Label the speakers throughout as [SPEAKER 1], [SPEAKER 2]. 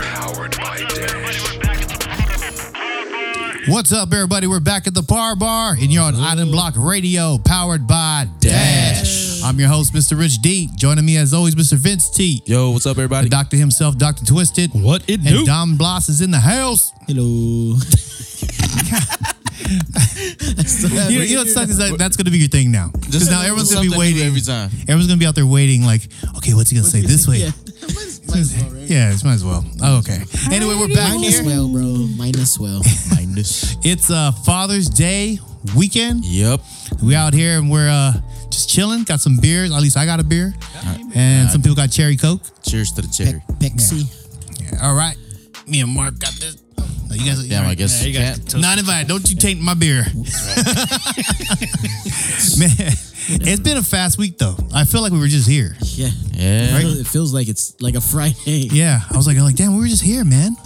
[SPEAKER 1] covered by Dash.
[SPEAKER 2] What's up, everybody? We're back at the Par Bar, and you're on Island Block Radio, powered by Dash. I'm your host, Mr. Rich D. Joining me, as always, Mr. Vince T.
[SPEAKER 3] Yo, what's up,
[SPEAKER 2] The
[SPEAKER 3] everybody?
[SPEAKER 2] doctor himself, Dr. Twisted.
[SPEAKER 3] What it
[SPEAKER 2] And
[SPEAKER 3] do?
[SPEAKER 2] Dom Bloss is in the house.
[SPEAKER 4] Hello.
[SPEAKER 2] You know, you know what sucks is that that's going to be your thing now. Because now everyone's going to be
[SPEAKER 3] something new
[SPEAKER 2] waiting.
[SPEAKER 3] every time.
[SPEAKER 2] Everyone's going to be out there waiting, like, okay, what's he going to say this way?
[SPEAKER 4] Yeah.
[SPEAKER 2] Yeah, it's might as well. Oh, okay. Anyway, we're back
[SPEAKER 4] Minus
[SPEAKER 2] here.
[SPEAKER 4] well, bro. Minus well.
[SPEAKER 3] Minus.
[SPEAKER 2] It's uh, Father's Day weekend.
[SPEAKER 3] Yep.
[SPEAKER 2] We out here and we're uh, just chilling. Got some beers. At least I got a beer, and some people got cherry coke.
[SPEAKER 3] Cheers to the cherry.
[SPEAKER 4] Pepsi.
[SPEAKER 2] All right, me and Mark got this. No, Oh, you guys,
[SPEAKER 3] Damn, I guess
[SPEAKER 2] Yeah,
[SPEAKER 3] you
[SPEAKER 2] guys-
[SPEAKER 3] can't.
[SPEAKER 2] Not invited. Don't you taint my beer. Man, it's been a fast week though. I feel like we were just here.
[SPEAKER 4] Yeah.
[SPEAKER 3] Yeah.
[SPEAKER 4] It feels- It feels like it's like a Friday.
[SPEAKER 2] Yeah, I was like, I'm like, damn, we were just here, man.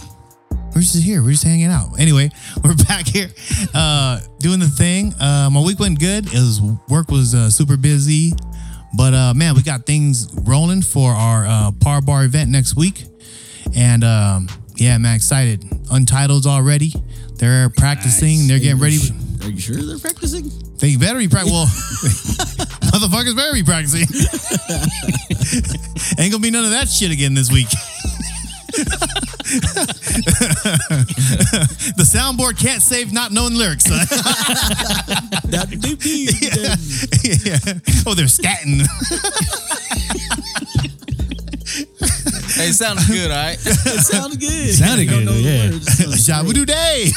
[SPEAKER 2] We're just here. We're just hanging out. Anyway, we're back here, uh, doing the thing. Uh, my week went good. It was work was uh, super busy, but uh, man, we got things rolling for our uh, par bar event next week, and um, yeah, man, excited. Untitled's already. They're practicing. They're getting ready.
[SPEAKER 4] Are you sure they're practicing?
[SPEAKER 2] They better be practicing. Well, motherfuckers better be practicing. Ain't gonna be none of that shit again this week. the soundboard can't save not known lyrics. son.
[SPEAKER 4] That do be.
[SPEAKER 2] yeah. Oh, they're scatting.
[SPEAKER 3] Hey, sounds good, all right?
[SPEAKER 4] It sounded good.
[SPEAKER 5] sounded
[SPEAKER 4] I don't
[SPEAKER 5] good,
[SPEAKER 4] know the
[SPEAKER 5] yeah.
[SPEAKER 4] words, so it's
[SPEAKER 2] Shabu
[SPEAKER 4] great.
[SPEAKER 2] day.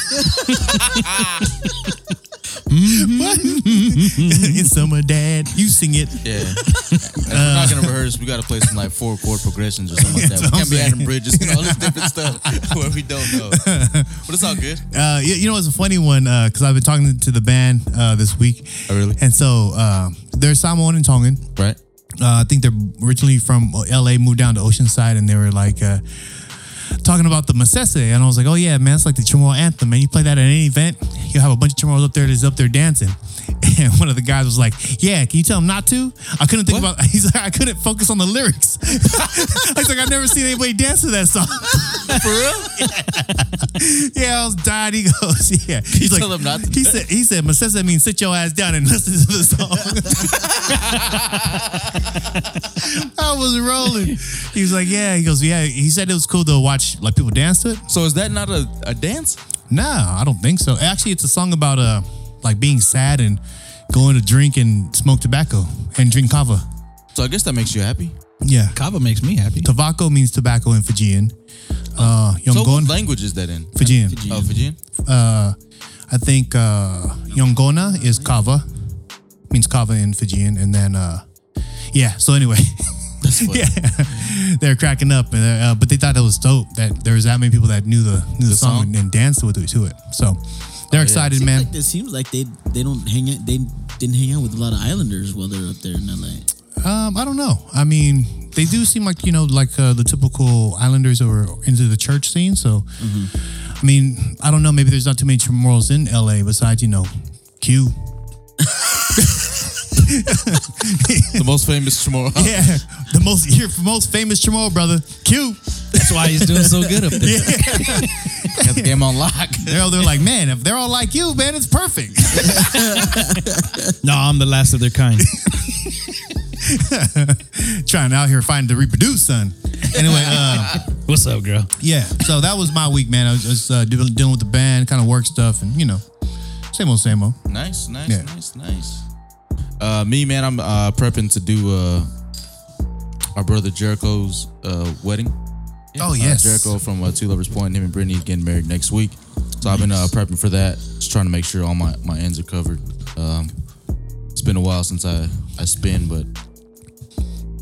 [SPEAKER 2] What? it's summer, dad. You sing it.
[SPEAKER 3] Yeah. If we're not going to rehearse. We got to play some like four chord progressions or something like
[SPEAKER 2] That's
[SPEAKER 3] that. We
[SPEAKER 2] what
[SPEAKER 3] can't be
[SPEAKER 2] I'm saying.
[SPEAKER 3] adding bridges and all this different stuff where we don't know. But it's all good.
[SPEAKER 2] Uh, you, you know, it's a funny one because I've been talking to the band uh, this week.
[SPEAKER 3] Oh, really?
[SPEAKER 2] And so uh, they're Samoan and Tongan.
[SPEAKER 3] Right?
[SPEAKER 2] Uh, I think they're originally from LA, moved down to Oceanside, and they were like uh, talking about the Masese. And I was like, oh, yeah, man, it's like the Chamorro anthem, man. You play that at any event, you'll have a bunch of Chamorros up there that's up there dancing. And one of the guys was like, yeah, can you tell them not to? I couldn't think
[SPEAKER 3] What?
[SPEAKER 2] about He's like, I couldn't focus on the lyrics. I was like, I've never seen anybody dance to that song.
[SPEAKER 3] For real?
[SPEAKER 2] Yeah, I was dying. He goes, yeah. He's like,
[SPEAKER 3] tell him not to
[SPEAKER 2] he said, he said, Masese means sit your ass down and listen to the song. I was rolling. He was like, yeah. He goes, yeah. He said it was cool to watch like people dance to it.
[SPEAKER 3] So is that not a, a dance?
[SPEAKER 2] Nah, I don't think so. Actually, it's a song about uh like being sad and going to drink and smoke tobacco and drink kava.
[SPEAKER 3] So I guess that makes you happy.
[SPEAKER 2] Yeah,
[SPEAKER 5] Kava makes me happy.
[SPEAKER 2] tobacco means tobacco in Fijian. Uh,
[SPEAKER 3] So what
[SPEAKER 2] Yongon,
[SPEAKER 3] language is that in?
[SPEAKER 2] Fijian.
[SPEAKER 3] Oh, Fijian?
[SPEAKER 2] I think uh, Yongona is kava, means kava in Fijian, and then uh, yeah. So anyway,
[SPEAKER 3] That's funny.
[SPEAKER 2] yeah, they're cracking up, and they're, uh, but they thought that was dope that there was that many people that knew the knew the, song,
[SPEAKER 3] song?
[SPEAKER 2] and, and danced with it to it. So they're excited,
[SPEAKER 4] Seems
[SPEAKER 2] man.
[SPEAKER 4] Like, it seems like they they don't hang out. They didn't hang out with a lot of Islanders while they're up there in LA.
[SPEAKER 2] um, I don't know. I mean, they do seem like you know like uh, the typical Islanders that were into the church scene. So I mean, I don't know. Maybe there's not too many Chamorros in LA besides you know Q.
[SPEAKER 3] The most famous tomorrow.
[SPEAKER 2] Yeah, the most your most famous Chamorro brother Q.
[SPEAKER 5] That's why he's doing so good up there.
[SPEAKER 3] Got the game on lock.
[SPEAKER 2] They're, they're like, man, if they're all like you, man, it's perfect.
[SPEAKER 5] No, I'm the last of their kind.
[SPEAKER 2] Trying out here finding to reproduce, son. Anyway, uh,
[SPEAKER 5] What's up, girl?
[SPEAKER 2] yeah. So that was my week, man. I was just uh, de- dealing with the band, kind of work stuff, and you know, same old, same old.
[SPEAKER 3] Nice, nice,
[SPEAKER 2] Yeah.
[SPEAKER 3] nice, nice. Uh, me, man, I'm uh, prepping to do uh, our brother Jericho's uh, wedding.
[SPEAKER 2] Oh yes,
[SPEAKER 3] Uh, Jericho from uh, Two Lovers Point. Him and Brittany getting married next week. So I've been uh, prepping for that. Just trying to make sure all my, my ends are covered. Um, it's been a while since I, I spin, but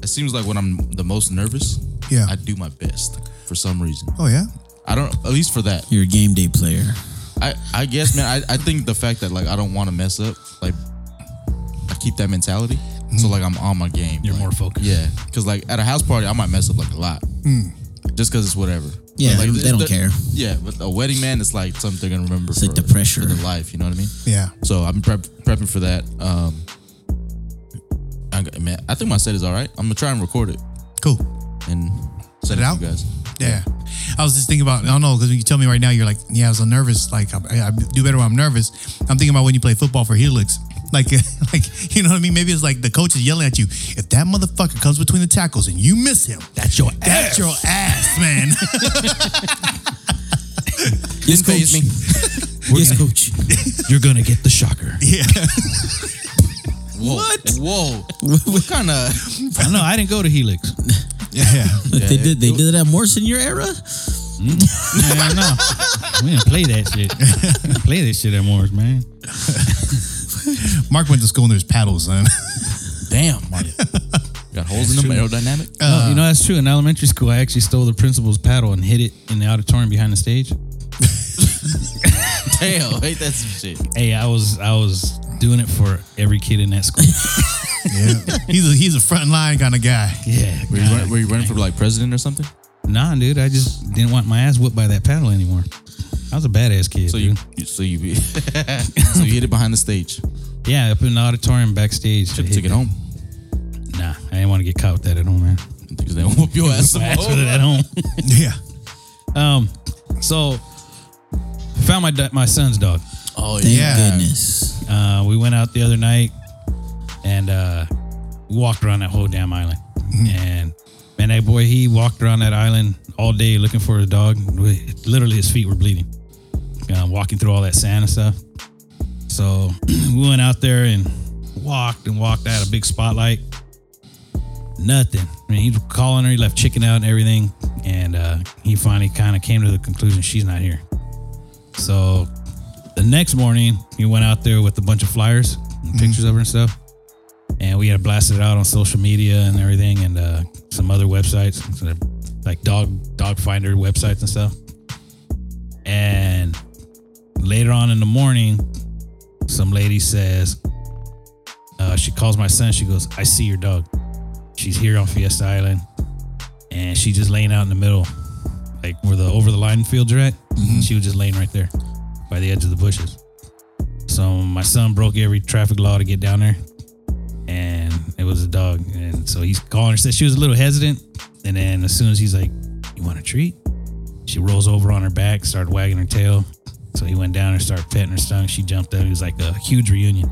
[SPEAKER 3] it seems like when I'm the most nervous,
[SPEAKER 2] Yeah.
[SPEAKER 3] I do my best for some reason.
[SPEAKER 2] Oh yeah.
[SPEAKER 3] I don't, at least for that.
[SPEAKER 4] You're a game day player.
[SPEAKER 3] I, I guess, man, I, I think the fact that like I don't want to mess up, like I keep that mentality. So like I'm on my game.
[SPEAKER 5] You're
[SPEAKER 3] like,
[SPEAKER 5] more focused.
[SPEAKER 3] Yeah, because like at a house party, I might mess up like a lot, just because it's whatever.
[SPEAKER 4] Yeah,
[SPEAKER 3] But, like,
[SPEAKER 4] they don't
[SPEAKER 3] the-
[SPEAKER 4] care.
[SPEAKER 3] Yeah, but a wedding, man, it's like something they're gonna remember
[SPEAKER 4] like the pressure.
[SPEAKER 3] for their life. You know what I mean?
[SPEAKER 2] Yeah.
[SPEAKER 3] So I'm prep, prepping for that. Um, I, got- man, I think my set is all right. I'm gonna try and record it
[SPEAKER 2] Cool.
[SPEAKER 3] and send
[SPEAKER 2] it
[SPEAKER 3] it,
[SPEAKER 2] out?
[SPEAKER 3] to you guys.
[SPEAKER 2] Yeah. I was just thinking about. I don't know because you tell me right now, you're like, yeah, I was nervous. Like I, I do better when I'm nervous. I'm thinking about when you play football for Helix. Like, like you know what I mean? Maybe it's like the coach is yelling at you. If that motherfucker comes between the tackles and you miss him, that's your that's your ass, man.
[SPEAKER 4] Yes, coach.
[SPEAKER 3] Phase me.
[SPEAKER 4] Yes, coach.
[SPEAKER 5] You're gonna get the shocker.
[SPEAKER 2] yeah,
[SPEAKER 3] Whoa. What? Whoa. what kind of?
[SPEAKER 5] I don't know. I didn't go to Helix.
[SPEAKER 2] yeah.
[SPEAKER 4] But they did. They did it at Morse in your era.
[SPEAKER 5] Oh, Man, no. We didn't play that shit. We didn't play that shit at Morris, man.
[SPEAKER 2] Mark went to school and there's paddles, man.
[SPEAKER 3] Damn, Marty. Got holes in them, aerodynamic.
[SPEAKER 5] no, you know that's true. In elementary school, I actually stole the principal's paddle and hid it in the auditorium behind the stage.
[SPEAKER 3] Damn, ain't that some shit?
[SPEAKER 5] Hey, I was I was doing it for every kid in that school.
[SPEAKER 2] yeah, he's a, he's a frontline kind of guy.
[SPEAKER 5] yeah,
[SPEAKER 3] Were you,
[SPEAKER 5] God.
[SPEAKER 3] run, were you running for like president or something?
[SPEAKER 5] nah, dude. I just didn't want my ass whooped by that paddle anymore. I was a badass kid.
[SPEAKER 3] So
[SPEAKER 5] dude.
[SPEAKER 3] you, you so you, so you hit it behind the stage.
[SPEAKER 5] yeah, up in the auditorium backstage. I hid
[SPEAKER 3] Took it
[SPEAKER 5] that.
[SPEAKER 3] home
[SPEAKER 5] Nah, I didn't want to get caught with that at home, man.
[SPEAKER 3] because they whoop your ass. some
[SPEAKER 5] I
[SPEAKER 3] more.
[SPEAKER 5] asked for that at home.
[SPEAKER 2] Yeah,
[SPEAKER 5] Um, so found my do- my son's dog.
[SPEAKER 3] Oh
[SPEAKER 4] Thank
[SPEAKER 2] Yeah.
[SPEAKER 4] goodness.
[SPEAKER 5] Uh, we went out the other night and uh, we walked around that whole damn island. And man, that boy, he walked around that island all day looking for his dog. Literally, his feet were bleeding, uh, walking through all that sand and stuff. So we went out there and walked and walked out a big spotlight. Nothing. I mean, he was calling her. He left chicken out and everything. And uh, he finally kind of came to the conclusion she's not here. So the next morning, we went out there with a bunch of flyers, and pictures of her and stuff, and we had blasted it out on social media and everything, and uh, some other websites, sort of like dog dog finder websites and stuff. And later on in the morning, some lady says, uh, she calls my son. She goes, "I see your dog. She's here on Fiesta Island, and she's just laying out in the middle, like where the over the line fields are at. She was just laying right there." by the edge of the bushes. So my son broke every traffic law to get down there, and it was a dog. And so he's calling her. Said she was a little hesitant, and then as soon as he's like, "You want a treat?" She rolls over on her back, started wagging her tail. So he went down and started petting her stung. She jumped up. It was like a huge reunion.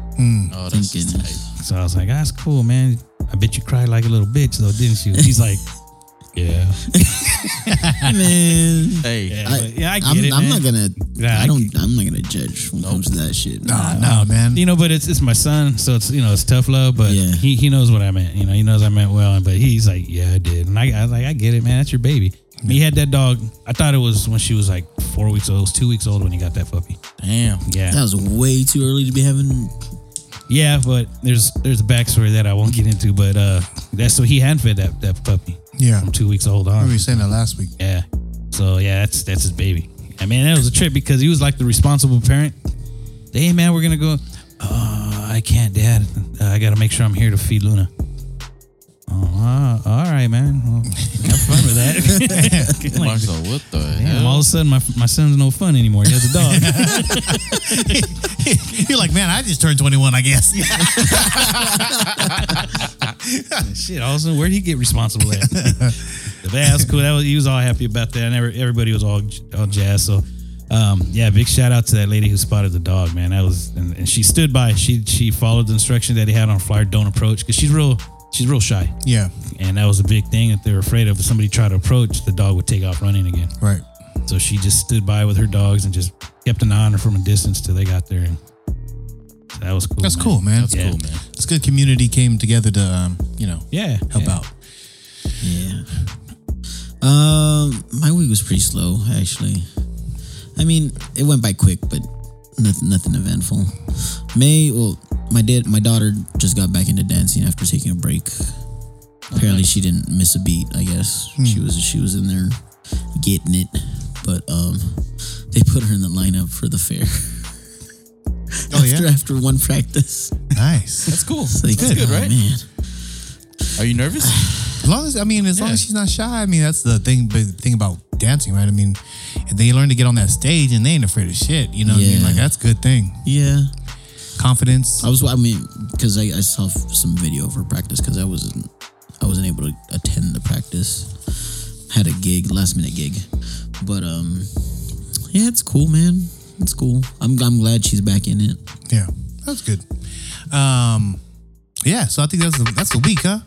[SPEAKER 3] Oh,
[SPEAKER 4] Thank
[SPEAKER 3] that's tight.
[SPEAKER 4] goodness.
[SPEAKER 5] So I was like, "That's cool, man. I bet you cried like a little bitch, though, didn't you?" He's like, "Yeah,
[SPEAKER 4] Man.
[SPEAKER 3] Hey,
[SPEAKER 5] yeah,
[SPEAKER 4] I-
[SPEAKER 5] but- yeah, I get
[SPEAKER 4] I'm,
[SPEAKER 5] it,
[SPEAKER 4] I'm
[SPEAKER 5] man.
[SPEAKER 4] not gonna.
[SPEAKER 5] Yeah, I
[SPEAKER 4] I don't. I'm not gonna judge when it comes to that shit.
[SPEAKER 2] nah, nah, man.
[SPEAKER 5] you know, but it's it's my son, so it's you know it's tough love, but
[SPEAKER 4] Yeah.
[SPEAKER 5] he he knows what I meant. You know, he knows I meant well, but he's like, yeah, I did, and I, I was like, I get it, man. That's your baby. And He had that dog. I thought it was when she was like four weeks old. It was two weeks old when he got that puppy.
[SPEAKER 3] damn.
[SPEAKER 5] Yeah,
[SPEAKER 4] That was way too early to be having.
[SPEAKER 5] yeah, but there's there's a backstory that I won't get into, but uh, that's so he hand fed that that puppy
[SPEAKER 2] yeah,
[SPEAKER 5] from two weeks old
[SPEAKER 2] we
[SPEAKER 5] on.
[SPEAKER 2] were saying that last week.
[SPEAKER 5] Yeah. So yeah, that's that's his baby. I mean, that was a trip because he was like the responsible parent. Hey man, we're gonna go. Uh, I can't, Dad. Uh, I gotta make sure I'm here to feed Luna. Oh, uh, all right, man. Well, have fun with that. I'm like,
[SPEAKER 3] Mark's like, what the
[SPEAKER 5] damn,
[SPEAKER 3] hell?
[SPEAKER 5] all of a sudden, my my son's no fun anymore. He has a dog.
[SPEAKER 2] You're like, man, I just turned 21, I guess.
[SPEAKER 5] Shit, all of a sudden, where'd he get responsible at? But that's cool. That was, he was all happy about that, and every, everybody was all all jazzed. So, um, yeah, big shout out to that lady who spotted the dog, man. That was and, and she stood by. She she followed the instruction that he had on flyer. Don't approach because she's real she's real shy,
[SPEAKER 2] yeah,
[SPEAKER 5] and that was a big thing that they were afraid of. If somebody tried to approach, the dog would take off running again.
[SPEAKER 2] right.
[SPEAKER 5] So she just stood by with her dogs and just kept an eye on her from a distance till they got there. And so that was cool.
[SPEAKER 2] That's
[SPEAKER 5] man.
[SPEAKER 2] cool, man.
[SPEAKER 3] That's
[SPEAKER 5] Yeah.
[SPEAKER 3] cool, man.
[SPEAKER 2] It's good community came together to, um, you know,
[SPEAKER 5] Yeah.
[SPEAKER 2] help
[SPEAKER 5] yeah.
[SPEAKER 2] out.
[SPEAKER 4] Yeah. Um, my week was pretty slow actually. I mean, it went by quick, but nothing, nothing eventful. May, well, my dad, my daughter just got back into dancing after taking a break. Apparently, she didn't miss a beat. I guess
[SPEAKER 3] Hmm.
[SPEAKER 4] she was she was in there getting it, but um, they put her in the lineup for the fair.
[SPEAKER 2] Oh,
[SPEAKER 4] after,
[SPEAKER 2] yeah?
[SPEAKER 4] after one practice,
[SPEAKER 2] Nice.
[SPEAKER 3] That's cool.
[SPEAKER 4] It's like,
[SPEAKER 3] That's good,
[SPEAKER 4] oh,
[SPEAKER 3] right?
[SPEAKER 4] Man,
[SPEAKER 3] Are you nervous?
[SPEAKER 2] As long as, I mean, as long as she's not shy, I mean, that's the thing, but the thing about dancing, right? I mean, if they learn to get on that stage and they ain't afraid of shit, you know what I mean?
[SPEAKER 4] Yeah.
[SPEAKER 2] Like, that's a good thing.
[SPEAKER 4] yeah.
[SPEAKER 2] Confidence.
[SPEAKER 4] I was, I mean, because I, I saw f- some video of her practice because I wasn't, I wasn't able to attend the practice. Had a gig, last minute gig, But um, yeah, it's cool, man. It's cool. I'm I'm glad she's back in it.
[SPEAKER 2] Yeah, that's good. Um, yeah, so I think that's the, that's the week, huh?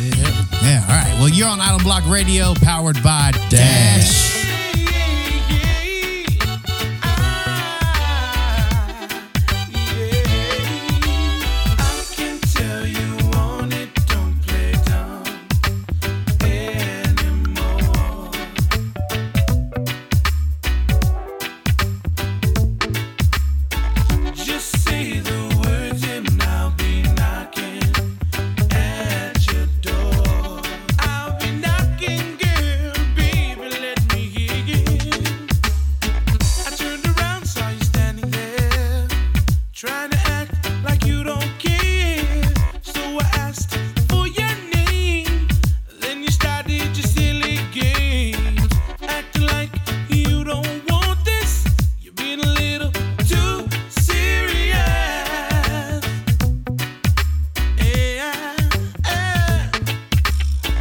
[SPEAKER 2] Yeah. Yeah. All right. Well, you're on Island Block Radio, powered by Dash.
[SPEAKER 1] Just say the words and I'll be knocking at your door. I'll be knocking, girl, baby, let me hear you. I turned around, saw you standing there, trying to act like you don't care. So I asked for your name, then you started your silly games, acting like you don't want this. You've been a little too serious. Yeah, yeah.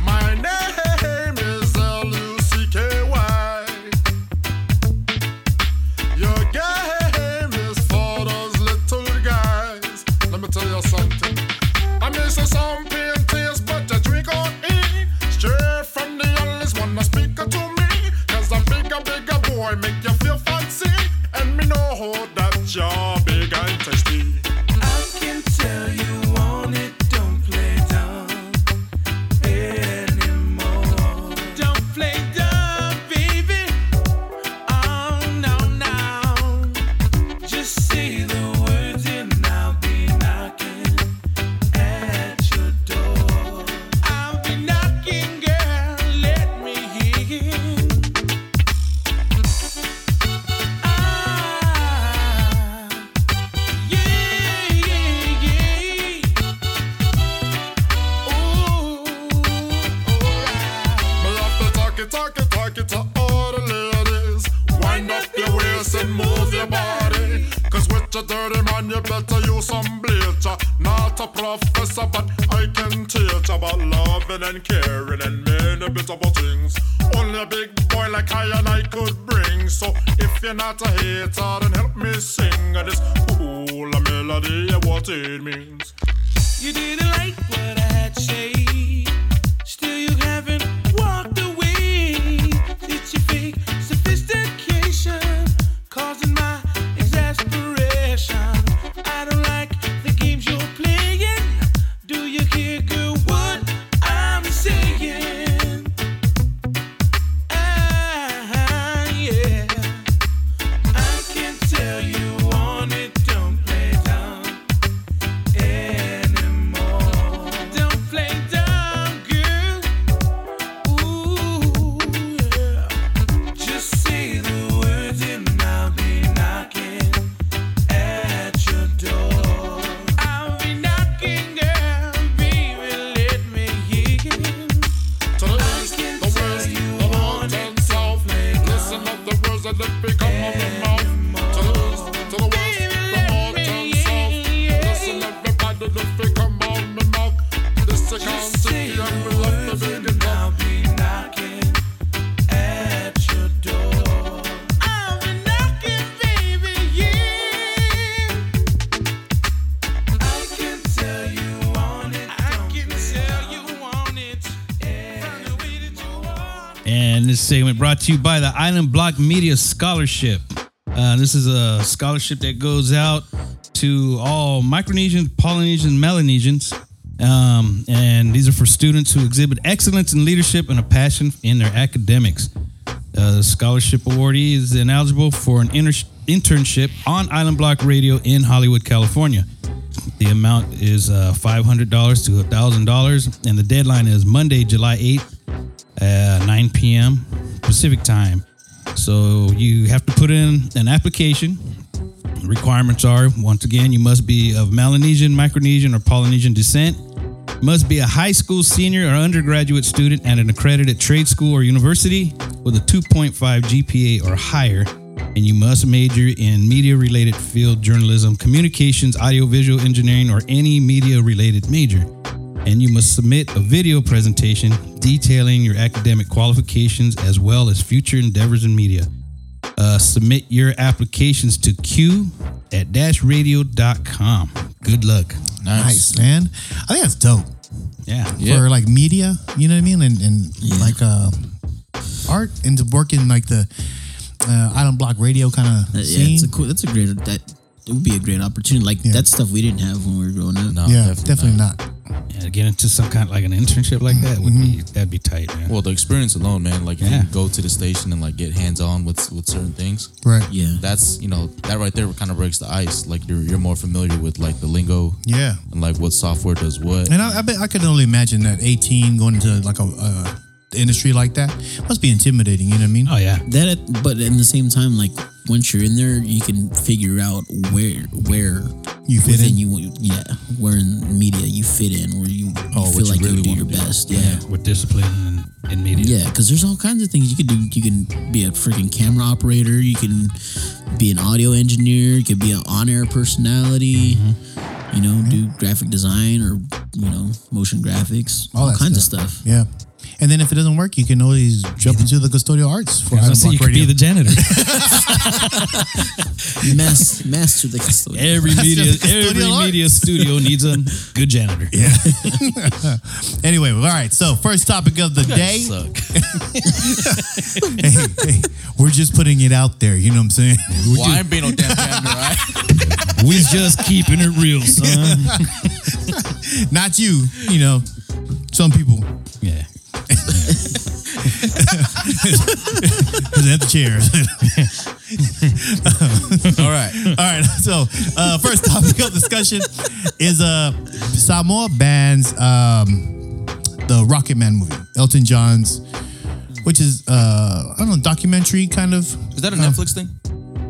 [SPEAKER 1] My name is
[SPEAKER 6] E
[SPEAKER 1] L-U-C-K-Y.
[SPEAKER 6] Your game is for those little guys. Let me tell you something. I miss a some paintings, but a drink on it. Straight from the E youngest one, a speaker to me. Cause I'm bigger, bigger boy, make you feel fancy. And me know that you're big and tasty.
[SPEAKER 1] I can tell you want it, don't play dumb anymore. Don't play dumb, baby. Oh no no. Just say the words and I'll be knocking at your door. I'll be knocking, girl. Let me hear you. Ah. Yeah, yeah, yeah. Ooh, alright.
[SPEAKER 6] Me have to talk it, talk it, talk it to all the ladies. Wind up your waist and move your body. Cause with your dirty man, you better use some bleacher. Not a professor, but I can teach about loving and caring and many beautiful things. Only a big boy like I and I could bring. So if you're not a hater, then help me sing this cool melody of what it means.
[SPEAKER 1] You didn't like what I had to say. Still, you haven't walked away. It's your fake sophistication causing my exasperation. I don't like the games you're playing. Do you hear, girl, what I'm saying? Ah, yeah. I can tell you want it, don't play dumb anymore. Don't play dumb, girl. Ooh, yeah. Just say the words and I'll be knocking at your door. I'll be knocking, girl. Baby, let me hear you.
[SPEAKER 6] to the east,
[SPEAKER 1] can
[SPEAKER 6] the west,
[SPEAKER 1] tell you
[SPEAKER 6] the north and south. Listen up the words that they come out of mouth. To the east, to the west, the north and south. Listen everybody that they come out of mouth. This the
[SPEAKER 1] Just say
[SPEAKER 6] county
[SPEAKER 1] the
[SPEAKER 6] and we love
[SPEAKER 1] words
[SPEAKER 6] the
[SPEAKER 1] and
[SPEAKER 6] big enough.
[SPEAKER 1] I'll be knocking at your door. I'll be knocking, baby, yeah. I can tell you want it. I can tell you want it. Find a way that you want.
[SPEAKER 5] And this segment brought to you by the Island Block Media Scholarship. Uh, this is a scholarship that goes out to all Micronesians, Polynesians, Melanesians. Um, and these are for students who exhibit excellence in leadership and a passion in their academics. Uh, the scholarship awardee is then eligible for an inter- internship on Island Block Radio in Hollywood, California. The amount is uh, $500 to $1,000, and the deadline is Monday, July 8th uh, 9 p.m. Pacific time. So you have to put in an application. Requirements are once again, you must be of Melanesian, Micronesian, or Polynesian descent. Must be a high school senior or undergraduate student at an accredited trade school or university with a 2.5 GPA or higher. And you must major in media related field journalism, communications, audiovisual engineering, or any media related major. and you must submit a video presentation detailing your academic qualifications as well as future endeavors in media. Uh, submit your applications to q at dashradio.com. Good luck.
[SPEAKER 2] Nice, man. I think that's dope
[SPEAKER 5] Yeah.
[SPEAKER 3] Yeah.
[SPEAKER 2] for like media. You know what I mean? And and like uh, art and to work in like the uh, island block radio kind of
[SPEAKER 4] Uh, yeah,
[SPEAKER 2] scene.
[SPEAKER 4] it's a cool. That's a great. That it would be a great opportunity. Like that stuff we didn't have when we were growing up.
[SPEAKER 3] No,
[SPEAKER 2] yeah, definitely, not.
[SPEAKER 5] Yeah, to get into some kind of like an internship like that would be that'd be tight, man.
[SPEAKER 3] Well, the experience alone, man. Like, if
[SPEAKER 5] Yeah.
[SPEAKER 3] you can go to the station and like get hands on with with certain things.
[SPEAKER 2] Right.
[SPEAKER 4] Yeah.
[SPEAKER 3] That's you know that right there kind of breaks the ice. Like you're you're more familiar with like the lingo
[SPEAKER 2] Yeah.
[SPEAKER 3] and like what software does what.
[SPEAKER 2] And I, I bet I could only imagine that 18 going into like a uh, industry like that must be intimidating. You know what I mean?
[SPEAKER 5] oh yeah.
[SPEAKER 4] That, at, but in the same time, like once you're in there, you can figure out where where
[SPEAKER 2] You fit in.
[SPEAKER 4] within you, yeah, where in media you fit in, where you, you
[SPEAKER 3] what
[SPEAKER 4] feel
[SPEAKER 3] you
[SPEAKER 4] like
[SPEAKER 3] really
[SPEAKER 4] you do
[SPEAKER 3] wanna
[SPEAKER 4] your
[SPEAKER 3] do.
[SPEAKER 4] best. Yeah,
[SPEAKER 5] With discipline and, and media.
[SPEAKER 4] yeah, because there's all kinds of things you could do. You can be a freaking camera operator. You can be an audio engineer. You could be an on-air personality. You know, do graphic design or you know motion graphics, all,
[SPEAKER 2] that
[SPEAKER 4] kinds of stuff.
[SPEAKER 2] Yeah. And then if it doesn't work, you can always jump into the custodial arts for
[SPEAKER 5] I was gonna
[SPEAKER 2] Island
[SPEAKER 5] say,
[SPEAKER 2] Block
[SPEAKER 5] you could
[SPEAKER 2] Radio.
[SPEAKER 5] be the janitor.
[SPEAKER 4] Mas- master the custodian.
[SPEAKER 5] Every media, every
[SPEAKER 2] custodial art.
[SPEAKER 5] media studio needs a good janitor. Yeah,
[SPEAKER 2] anyway, all right. So first topic of the day.
[SPEAKER 3] suck.
[SPEAKER 2] hey, hey, we're just putting it out there. You know what I'm saying? We're
[SPEAKER 3] Well, I ain't being no damn camera, right?
[SPEAKER 5] we just keeping it real, son.
[SPEAKER 2] just- not you. You know, some people.
[SPEAKER 5] Yeah,
[SPEAKER 2] There's an empty chair.
[SPEAKER 3] All right.
[SPEAKER 2] all right. So uh, first topic of discussion is uh, Samoa bans um, the Rocket Man movie, Elton John's. Which is uh, I don't know documentary kind of
[SPEAKER 3] Is that a Netflix thing?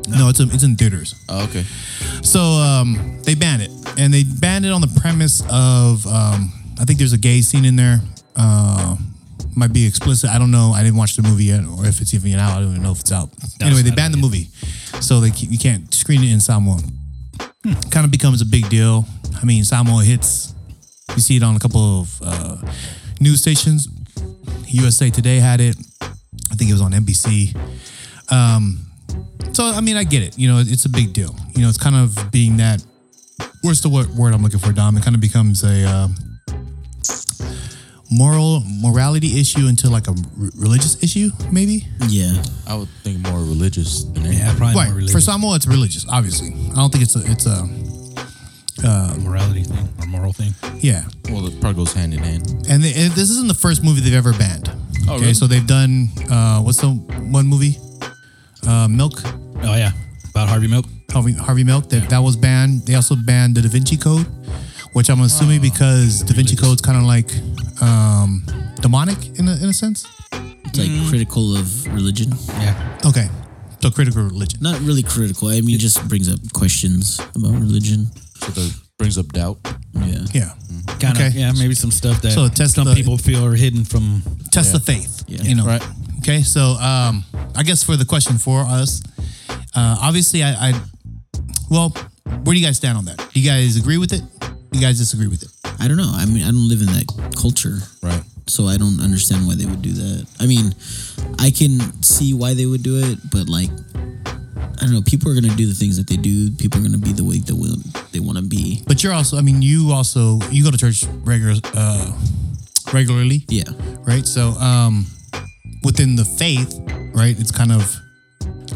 [SPEAKER 2] no it's a, it's in theaters
[SPEAKER 3] Oh, okay.
[SPEAKER 2] So um, they banned it, and they banned it on the premise of um, I think there's a gay scene in there. Uh, might be explicit. I don't know. I didn't watch the movie yet, or if it's even out. I don't even know if it's out. anyway,
[SPEAKER 5] it's
[SPEAKER 2] they
[SPEAKER 5] not
[SPEAKER 2] banned the
[SPEAKER 5] out
[SPEAKER 2] movie, so they ca- you can't screen it in Samoa. Kind of becomes a big deal. I mean, Samoa hits. You see it on a couple of uh, news stations. USA Today had it. I think it was on NBC. So I mean, I get it. You know, it's a big deal. You know, it's kind of being that. What's the word, word I'm looking for, Dom? It kind of becomes a uh, moral morality issue into like a r- religious issue, maybe.
[SPEAKER 4] yeah.
[SPEAKER 3] I would think more religious than anything.
[SPEAKER 5] yeah, probably more
[SPEAKER 2] Right. For
[SPEAKER 5] related
[SPEAKER 2] Samoa, it's religious. Obviously, I don't think it's a. It's a
[SPEAKER 5] to morality thing or moral thing.
[SPEAKER 2] yeah.
[SPEAKER 3] Well, it probably goes hand in hand.
[SPEAKER 2] And, they, and this isn't the first movie they've ever banned.
[SPEAKER 3] Oh, really?
[SPEAKER 2] So they've done uh, what's the one movie? Uh, Milk.
[SPEAKER 5] Oh yeah, about Harvey Milk.
[SPEAKER 2] Harvey, Harvey Milk that that was banned. They also banned the Da Vinci Code, which I'm assuming because Da Vinci Code's kind of like um, demonic in a, in a sense.
[SPEAKER 4] It's like critical of religion.
[SPEAKER 5] Yeah,
[SPEAKER 2] Okay, so critical religion.
[SPEAKER 4] Not really critical. I mean, just brings up questions about religion.
[SPEAKER 3] So that brings up doubt.
[SPEAKER 4] Yeah.
[SPEAKER 2] Yeah,
[SPEAKER 5] kind of.
[SPEAKER 2] Okay.
[SPEAKER 5] Yeah, maybe some stuff that
[SPEAKER 2] So test
[SPEAKER 5] some
[SPEAKER 2] the-
[SPEAKER 5] people feel are hidden from.
[SPEAKER 2] test the faith.
[SPEAKER 4] Yeah.
[SPEAKER 2] You know.
[SPEAKER 3] Right.
[SPEAKER 2] Okay, so um, I guess for the question for us, uh, obviously I, I, well, where do you guys stand on that? Do you guys agree with it? Do you guys disagree with it?
[SPEAKER 4] I don't know. I mean, I don't live in that culture.
[SPEAKER 3] Right.
[SPEAKER 4] So I don't understand why they would do that. I mean, I can see why they would do it, but like, I don't know. People are going to do the things that they do. People are going to be the way they, will, they want to be.
[SPEAKER 2] But you're also, I mean, you also you go to church regular, uh, regularly.
[SPEAKER 4] Yeah.
[SPEAKER 2] right? So, um, within the faith, right, it's kind of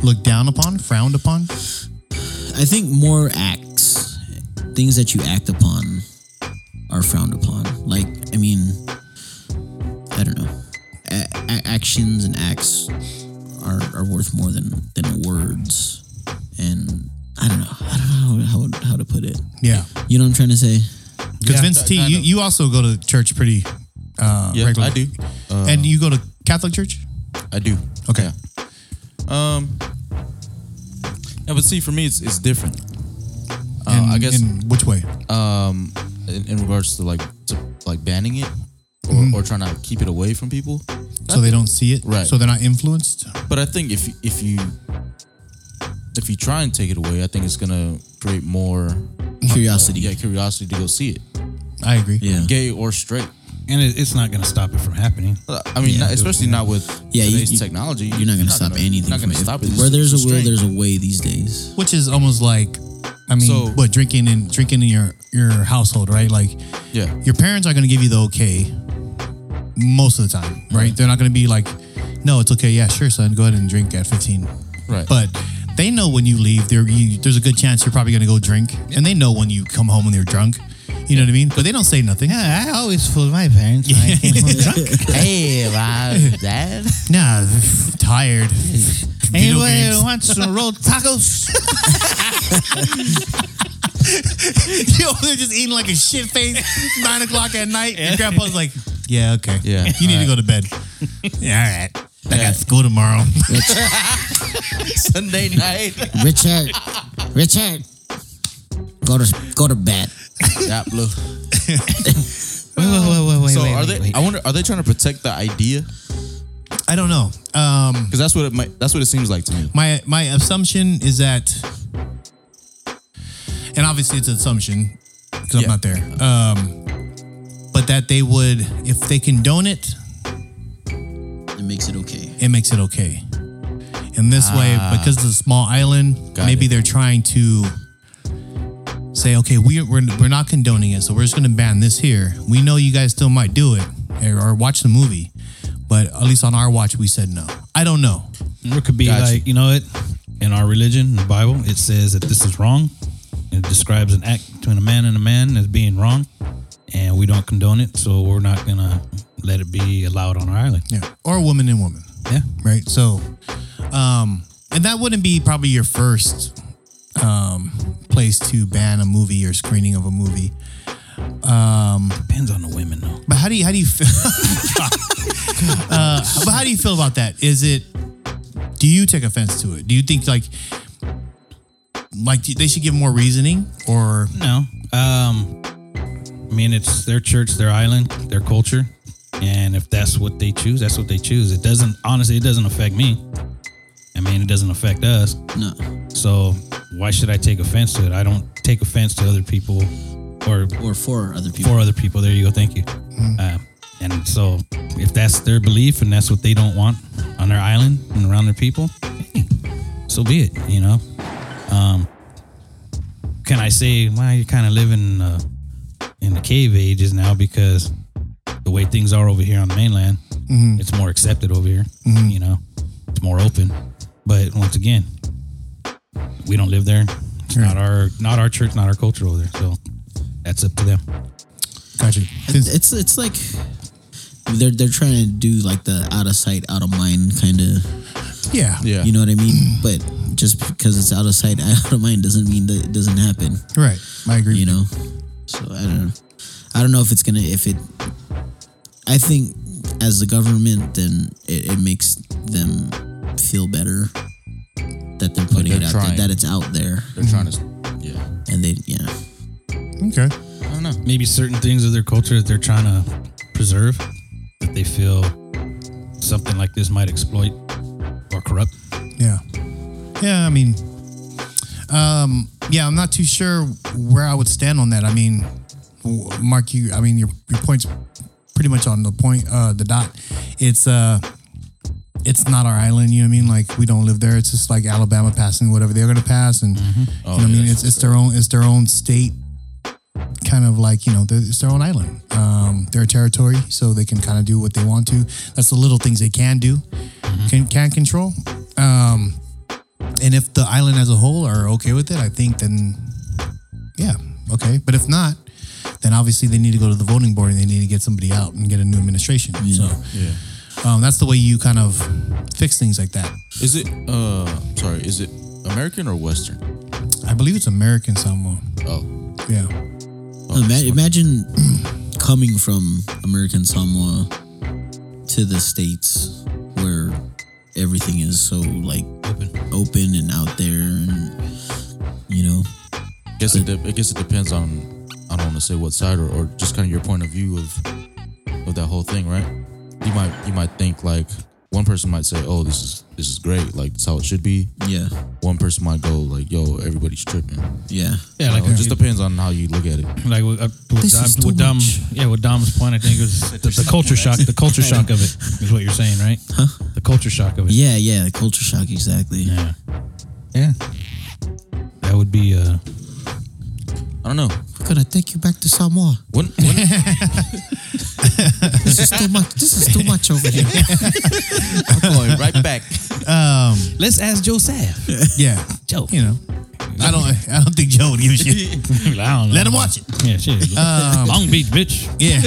[SPEAKER 2] looked down upon, frowned upon.
[SPEAKER 4] I think more acts, things that you act upon, are frowned upon. Like, I mean, I don't know. A- a- actions and acts are, are worth more than, than words. And I don't know. I don't know how, how, how to put it.
[SPEAKER 2] Yeah,
[SPEAKER 4] You know what I'm trying to say?
[SPEAKER 2] because
[SPEAKER 5] Yeah,
[SPEAKER 2] Vince
[SPEAKER 3] ki-
[SPEAKER 2] T,
[SPEAKER 3] kind
[SPEAKER 2] you,
[SPEAKER 3] of.
[SPEAKER 2] you also go to church pretty uh,
[SPEAKER 3] Yeah,
[SPEAKER 2] regularly.
[SPEAKER 3] I do. Uh,
[SPEAKER 2] and you go to Catholic church.
[SPEAKER 3] I do.
[SPEAKER 2] Okay.
[SPEAKER 3] Yeah. Um. Yeah, but see, for me, it's it's different. Uh,
[SPEAKER 2] In-
[SPEAKER 3] I guess
[SPEAKER 2] In which way?
[SPEAKER 3] um, in, in regards to like to, like banning it or,
[SPEAKER 4] Mm-hmm.
[SPEAKER 3] or trying to keep it away from people.
[SPEAKER 2] So they don't see it.
[SPEAKER 3] Right.
[SPEAKER 2] So they're not influenced.
[SPEAKER 3] But I think if if you if you try and take it away, I think it's gonna create more
[SPEAKER 4] Curiosity.
[SPEAKER 3] yeah curiosity to go see it.
[SPEAKER 2] I agree.
[SPEAKER 4] Yeah.
[SPEAKER 3] gay or straight.
[SPEAKER 5] and it, it's not going to stop it from happening.
[SPEAKER 3] Uh, I mean,
[SPEAKER 4] Yeah.
[SPEAKER 3] not- especially not with
[SPEAKER 4] Yeah, you-
[SPEAKER 3] today's
[SPEAKER 4] you-
[SPEAKER 3] technology.
[SPEAKER 4] You're not gonna stop
[SPEAKER 3] gonna-
[SPEAKER 4] anything.
[SPEAKER 3] You're not
[SPEAKER 4] from
[SPEAKER 3] going to
[SPEAKER 4] it.
[SPEAKER 3] stop it.
[SPEAKER 4] Where there's a will,
[SPEAKER 3] Straight.
[SPEAKER 4] there's a way these days.
[SPEAKER 2] Which is almost like, I mean,
[SPEAKER 3] So-
[SPEAKER 2] what drinking and drinking in your your household, right? Like
[SPEAKER 3] yeah.
[SPEAKER 2] your parents are going to give you the okay most of the time, right? They're not going to be like, no, it's okay. Yeah, sure, son, go ahead and drink at 15.
[SPEAKER 3] Right.
[SPEAKER 2] But they know when you leave, there you, there's a good chance you're probably going to go drink, and they know when you come home when they're drunk. You know what I mean? But they don't say nothing.
[SPEAKER 7] I always fooled my parents when I came home drunk.
[SPEAKER 3] hey, my dad.
[SPEAKER 2] Nah, tired. Video
[SPEAKER 7] Anybody
[SPEAKER 2] games.
[SPEAKER 7] who wants some rolled tacos?
[SPEAKER 2] Yo, they're just eating like a shit face. Nine o'clock at night. Your grandpa's like, "Yeah, okay.
[SPEAKER 3] Yeah,
[SPEAKER 2] you need to
[SPEAKER 3] alright.
[SPEAKER 2] go to bed. yeah, all right. I got school tomorrow.
[SPEAKER 3] Sunday night.
[SPEAKER 4] Richard, Richard, go to go to bed.
[SPEAKER 3] that blue.
[SPEAKER 7] Wait, wait, wait, wait, wait.
[SPEAKER 3] so
[SPEAKER 7] wait,
[SPEAKER 3] are
[SPEAKER 7] wait,
[SPEAKER 3] they?
[SPEAKER 7] wait.
[SPEAKER 3] I wonder. Are they trying to protect the idea?
[SPEAKER 2] I don't know. Um,
[SPEAKER 3] Because that's what it. Might, that's what it seems like to me.
[SPEAKER 2] my my assumption is that, and obviously it's an assumption because
[SPEAKER 3] Yeah.
[SPEAKER 2] I'm not there. Um, but that they would, if they condone it,
[SPEAKER 4] It makes it okay.
[SPEAKER 2] it makes it okay. And this way, because it's a small island,
[SPEAKER 3] Ah. Got
[SPEAKER 2] maybe
[SPEAKER 3] it.
[SPEAKER 2] they're trying to say, okay, we, we're, we're not condoning it, so we're just going to ban this here. We know you guys still might do it or, or watch the movie, but at least on our watch, we said no. I don't know.
[SPEAKER 5] Or it could be
[SPEAKER 3] Gotcha.
[SPEAKER 5] like, you know what? In our religion, the Bible, it says that this is wrong. It describes an act between a man and a man as being wrong, and we don't condone it, so we're not going to let it be allowed on our island.
[SPEAKER 2] Yeah. Or woman and woman,
[SPEAKER 5] Yeah.
[SPEAKER 2] right? So, um, and that wouldn't be probably your first um, place to ban a movie or screening of a movie.
[SPEAKER 5] Depends on the women, though.
[SPEAKER 2] But how do you how do you feel? uh, but how do you feel about that? Is it? Do you take offense to it? Do you think like like they should give more reasoning or
[SPEAKER 5] No. Um, I mean, it's their church, their island, their culture. And if that's what they choose, that's what they choose. It doesn't, honestly, it doesn't affect me. I mean, it doesn't affect us.
[SPEAKER 4] No,
[SPEAKER 5] So why should I take offense to it? I don't take offense to other people or
[SPEAKER 4] or for other people.
[SPEAKER 5] for other people. There you go. Thank you. Uh, and so if that's their belief and that's what they don't want on their island and around their people, hey, so be it, you know? Um, can I say, well, you're kind of living uh, in the cave ages now because the way things are over here on the mainland, it's more accepted over here, you know? It's more open. But once again, we don't live there. It's not our not our church, not our culture over there. So that's up to them.
[SPEAKER 2] gotcha?
[SPEAKER 4] It's it's, it's like they're they're trying to do like the out of sight, out of mind kind of.
[SPEAKER 2] Yeah,
[SPEAKER 3] Yeah.
[SPEAKER 4] You know what I mean? But just because it's out of sight, out of mind doesn't mean that it doesn't happen.
[SPEAKER 2] right. I agree.
[SPEAKER 4] You know? So I don't know. I don't know if it's gonna if it. I think as the government, then it, it makes them feel better that they're putting
[SPEAKER 3] they're
[SPEAKER 4] it out
[SPEAKER 3] trying.
[SPEAKER 4] there, that it's out there,
[SPEAKER 3] They're trying to. Yeah.
[SPEAKER 4] and they yeah.
[SPEAKER 2] Okay,
[SPEAKER 3] I don't know.
[SPEAKER 5] maybe certain things of their culture that they're trying to preserve that they feel something like this might exploit or corrupt.
[SPEAKER 2] yeah, yeah. I mean, um, yeah. I'm not too sure where I would stand on that. I mean, w- Mark, you. I mean, your your points pretty much on the point, uh, the dot. It's uh. it's not our island. You know what I mean? Like we don't live there. It's just like Alabama passing whatever they're gonna pass, and you know what I mean. It's it's their own it's their own state, kind of like you know they're- it's their own island, um, their territory, so they can kind of do what they want to. That's the little things they can do, can can control. Um, and if the island as a whole are okay with it, I think then yeah, okay. But if not. Then obviously they need to go to the voting board and they need to get somebody out and get a new administration. So
[SPEAKER 3] Yeah.
[SPEAKER 2] um, that's the way you kind of fix things like that.
[SPEAKER 3] Is it? Uh, sorry. Is it American or Western?
[SPEAKER 2] I believe it's American Samoa.
[SPEAKER 3] Oh,
[SPEAKER 2] Yeah.
[SPEAKER 4] Oh, Ima- imagine coming from American Samoa to the states where everything is so like open, open and out there, and you know,
[SPEAKER 3] I guess it. De- I guess it depends on. I don't want to say what side or, or just kind of your point of view of of that whole thing, right? You might you might think like one person might say, "Oh, this is this is great. Like that's how it should be."
[SPEAKER 4] Yeah.
[SPEAKER 3] One person might go, "Like, yo, everybody's tripping."
[SPEAKER 4] Yeah.
[SPEAKER 5] Yeah,
[SPEAKER 3] Like,
[SPEAKER 5] like
[SPEAKER 3] it just depends on how you look at it.
[SPEAKER 5] like with, uh, with,
[SPEAKER 4] This
[SPEAKER 5] Dom,
[SPEAKER 4] is too
[SPEAKER 5] with Dom,
[SPEAKER 4] much.
[SPEAKER 5] yeah, with Dom's point, I think it was the, the culture shock. The culture shock of it is what you're saying, right? Huh? The culture shock of it.
[SPEAKER 4] Yeah, yeah, culture shock, exactly.
[SPEAKER 5] Yeah.
[SPEAKER 7] Yeah.
[SPEAKER 5] That would be. Uh,
[SPEAKER 3] I don't know.
[SPEAKER 4] We're gonna take you back to Samoa.
[SPEAKER 3] When, when
[SPEAKER 4] This is too much. This is too much over here.
[SPEAKER 3] I'm going right back.
[SPEAKER 5] Let's ask Joseph.
[SPEAKER 2] Yeah,
[SPEAKER 5] Joe.
[SPEAKER 2] you know, I don't. I don't think Joe would give a shit.
[SPEAKER 5] I don't know.
[SPEAKER 2] Let him watch it.
[SPEAKER 5] Yeah, shit. Long Beach, bitch.
[SPEAKER 2] Yeah.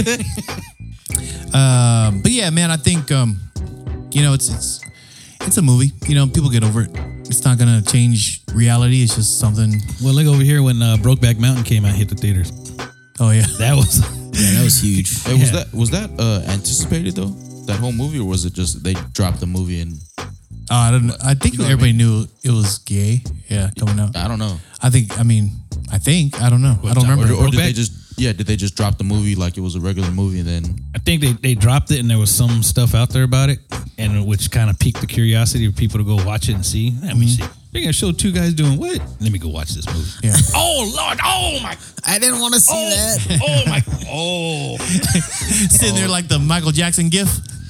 [SPEAKER 2] um, but yeah, man, I think um, you know it's it's it's a movie. You know, people get over it. It's not gonna change reality. It's just something.
[SPEAKER 5] Well, look over here when uh, Brokeback Mountain came out, hit the theaters.
[SPEAKER 2] Oh yeah.
[SPEAKER 5] That was.
[SPEAKER 4] Yeah, that was huge.
[SPEAKER 3] Hey, was
[SPEAKER 5] Yeah.
[SPEAKER 3] that was that uh, anticipated though? That whole movie, or was it just they dropped the movie and
[SPEAKER 2] Uh, I don't. know. I think
[SPEAKER 3] You know what I
[SPEAKER 2] everybody knew it was gay. Yeah, coming out.
[SPEAKER 3] I don't know.
[SPEAKER 2] I think. I mean, I think. I don't know. I don't
[SPEAKER 5] Or-
[SPEAKER 2] remember.
[SPEAKER 3] Or, or did they
[SPEAKER 5] Brokeback?
[SPEAKER 3] just yeah? Did they just drop the movie like it was a regular movie and then
[SPEAKER 5] I think they, they dropped it and there was some stuff out there about it, and which kind of piqued the curiosity of people to go watch it and see. I mean, shit, they're gonna show two guys doing what? Let me go watch this movie.
[SPEAKER 2] Yeah.
[SPEAKER 5] Oh Lord! Oh my!
[SPEAKER 4] I didn't want to see
[SPEAKER 5] Oh,
[SPEAKER 4] that.
[SPEAKER 5] oh my! Oh.
[SPEAKER 2] Sitting there like the Michael Jackson gif.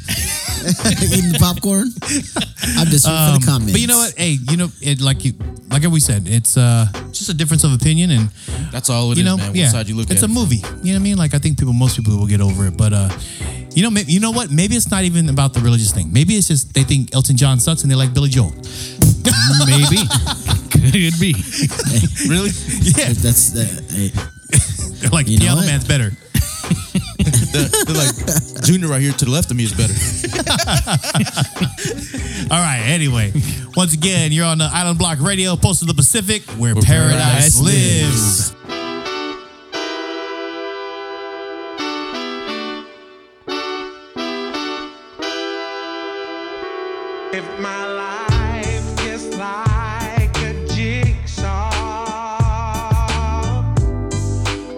[SPEAKER 4] Eating the popcorn. I'm just here for the comments.
[SPEAKER 2] But you know what? Hey, you know it. Like you, like we said, it's uh just a difference of opinion and.
[SPEAKER 3] that's all it is,
[SPEAKER 2] you know,
[SPEAKER 3] man?
[SPEAKER 2] yeah,
[SPEAKER 3] What side you look
[SPEAKER 2] it's
[SPEAKER 3] at?
[SPEAKER 2] a
[SPEAKER 3] it from?
[SPEAKER 2] movie. You know what I mean? Like I think people, most people will get over it, but uh, you know, may- you know what? Maybe it's not even about the religious thing. Maybe it's just they think Elton John sucks and they like Billy Joel.
[SPEAKER 5] Maybe. Could be.
[SPEAKER 2] Really? yeah,
[SPEAKER 4] That's uh, hey,
[SPEAKER 2] they're like
[SPEAKER 4] You know
[SPEAKER 2] Piano
[SPEAKER 4] what?
[SPEAKER 2] Man's better.
[SPEAKER 3] They're, they're like Junior right here to the left of me is better.
[SPEAKER 2] All right. Anyway, once again, you're on the Island Block Radio, Pulse of the Pacific, where,
[SPEAKER 3] paradise
[SPEAKER 2] paradise lives.
[SPEAKER 1] If my life is like a jigsaw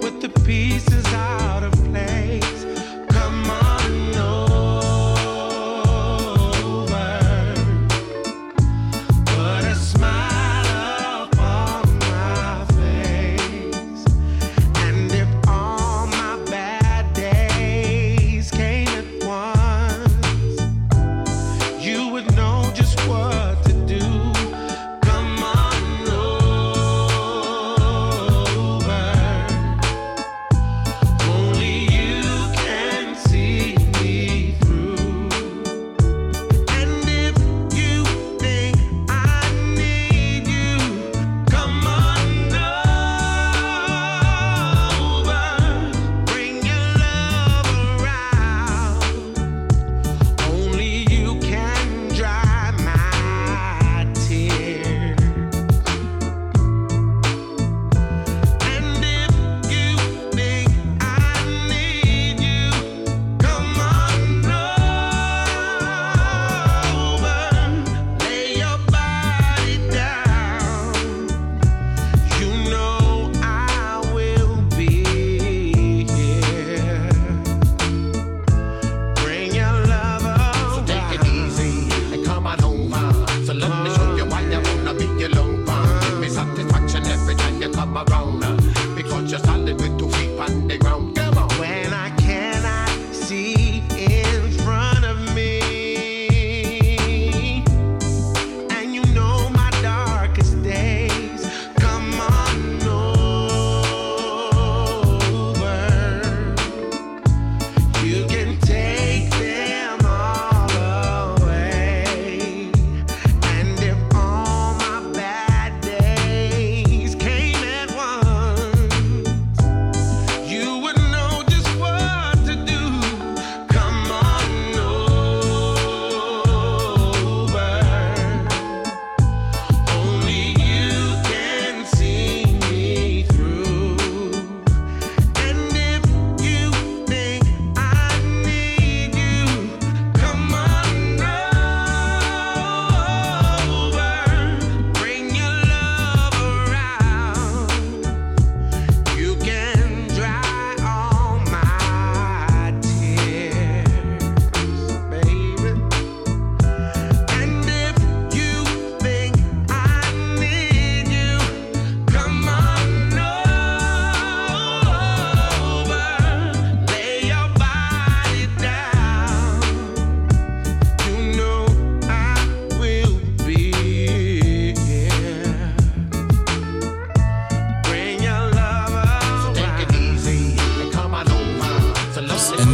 [SPEAKER 1] with the pieces out of place, come on over. Put a smile upon my face. And if all my bad days came at once, you would know just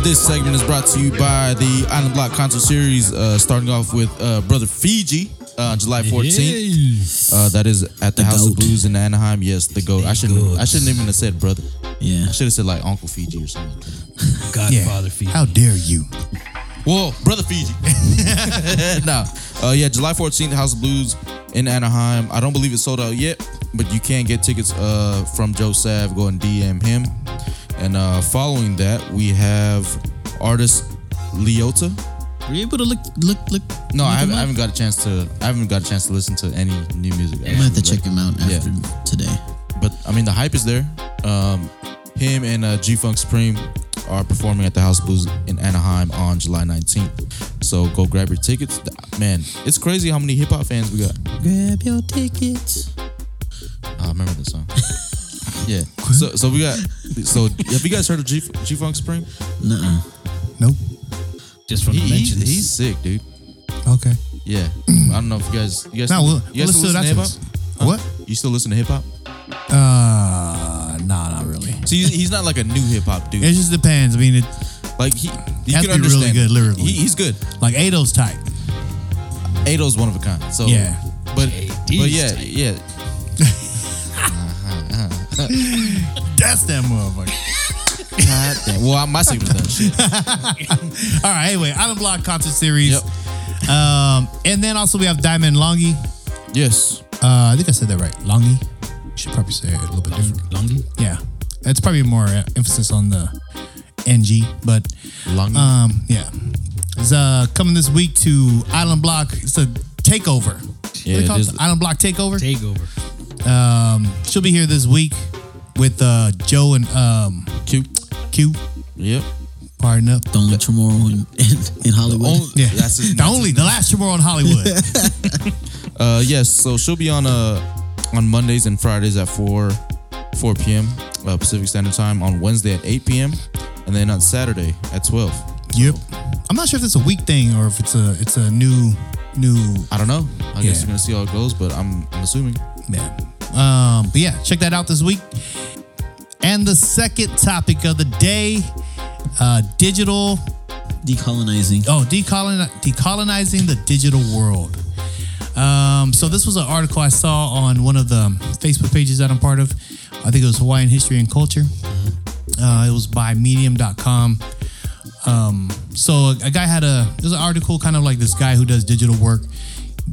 [SPEAKER 3] This segment is brought to you by the Island Block Concert Series, uh, starting off with uh, Brother Fiji, uh, July 14th. Uh, that is at the, House of
[SPEAKER 4] goat.
[SPEAKER 3] Blues in Anaheim. Yes, the goat. I shouldn't. I shouldn't even have said brother.
[SPEAKER 4] Yeah.
[SPEAKER 3] I should have said like Uncle Fiji or something.
[SPEAKER 5] Godfather feet.
[SPEAKER 2] How dare you?
[SPEAKER 3] Whoa, brother Fiji. no. Uh, yeah, July 14th, House of Blues in Anaheim. I don't believe it's sold out yet, but you can get tickets uh, from Joe Sav. Go and DM him. And uh, following that, we have artist Leota.
[SPEAKER 4] Were you able to look look look?
[SPEAKER 3] No,
[SPEAKER 4] look
[SPEAKER 3] I haven't,
[SPEAKER 4] him
[SPEAKER 3] I
[SPEAKER 4] up?
[SPEAKER 3] haven't got a chance to. I haven't got a chance to listen to any new music.
[SPEAKER 4] I'm gonna have to check him out
[SPEAKER 3] Yeah.
[SPEAKER 4] after today.
[SPEAKER 3] But I mean, the hype is there. Um, him and uh, G Funk Supreme are performing at the House Blues in Anaheim on July 19th. So go grab your tickets. Th- Man, it's crazy how many hip hop fans we got. Ah,
[SPEAKER 4] Grab your tickets.
[SPEAKER 3] I remember this song. yeah. So so we got. So have you guys heard of G G Funk Supreme?
[SPEAKER 4] Nuh-uh.
[SPEAKER 2] Nope.
[SPEAKER 5] Just from
[SPEAKER 3] He,
[SPEAKER 5] the
[SPEAKER 3] he-
[SPEAKER 5] mentions.
[SPEAKER 3] he's sick, dude.
[SPEAKER 2] Okay.
[SPEAKER 3] Yeah. I don't know if you guys. You guys.
[SPEAKER 2] No, we'll,
[SPEAKER 3] you
[SPEAKER 2] we'll
[SPEAKER 3] guys
[SPEAKER 2] listen to that.
[SPEAKER 3] hip hop?
[SPEAKER 2] first. What?
[SPEAKER 3] You still listen to hip hop?
[SPEAKER 2] Uh, nah, not really.
[SPEAKER 3] So he's, he's not like a new hip hop dude.
[SPEAKER 2] It just depends. I mean, it,
[SPEAKER 3] Like he, you
[SPEAKER 2] Has
[SPEAKER 3] can
[SPEAKER 2] to be really
[SPEAKER 3] understand.
[SPEAKER 2] good lyrically.
[SPEAKER 3] He, he's good.
[SPEAKER 2] like Ado's type.
[SPEAKER 3] Ado's one of a kind. So
[SPEAKER 2] Yeah.
[SPEAKER 3] but
[SPEAKER 5] JD's
[SPEAKER 3] but yeah
[SPEAKER 5] type.
[SPEAKER 3] yeah.
[SPEAKER 2] That's that motherfucker.
[SPEAKER 3] God damn. Well, I, my segment's done. Shit.
[SPEAKER 2] All right. Anyway, Island Block concert series.
[SPEAKER 3] Yep.
[SPEAKER 2] Um, and then also we have Diamond Longy.
[SPEAKER 3] Yes.
[SPEAKER 2] Uh, I think I said that right. Longy. Should probably say it a little bit different.
[SPEAKER 5] Longy?
[SPEAKER 2] Yeah, that's probably more uh, emphasis on the ng, but
[SPEAKER 3] Long.
[SPEAKER 2] um, yeah, it's uh coming this week to Island Block. It's a takeover.
[SPEAKER 3] Yeah,
[SPEAKER 2] what do
[SPEAKER 3] it
[SPEAKER 2] they call
[SPEAKER 3] is.
[SPEAKER 2] it? Island Block takeover.
[SPEAKER 5] Takeover.
[SPEAKER 2] um, she'll be here this week with uh Joe and um
[SPEAKER 3] cute.
[SPEAKER 2] Q.
[SPEAKER 3] Yep.
[SPEAKER 2] Pardon up.
[SPEAKER 4] Don't let tomorrow in, in, in Hollywood.
[SPEAKER 3] Only,
[SPEAKER 2] Yeah,
[SPEAKER 3] That's his,
[SPEAKER 2] the only the last tomorrow in Hollywood.
[SPEAKER 3] uh, yes. So she'll be on uh on Mondays and Fridays at four four p.m. Uh, Pacific Standard Time. On Wednesday at eight p.m. And then on Saturday at twelve.
[SPEAKER 2] yep. I'm not sure if it's a week thing or if it's a it's a new new
[SPEAKER 3] I don't know. I guess
[SPEAKER 2] Yeah.
[SPEAKER 3] we're gonna see how it goes, but I'm I'm assuming.
[SPEAKER 2] man. Um, but yeah, check that out this week. And the second topic of the day, uh, digital.
[SPEAKER 4] Decolonizing.
[SPEAKER 2] Oh, decoloni- decolonizing the digital world. Um, so this was an article I saw on one of the Facebook pages that I'm part of. I think it was Hawaiian History and Culture. Uh, it was by Medium.com. Um, so a guy had a there's an article kind of like this guy who does digital work,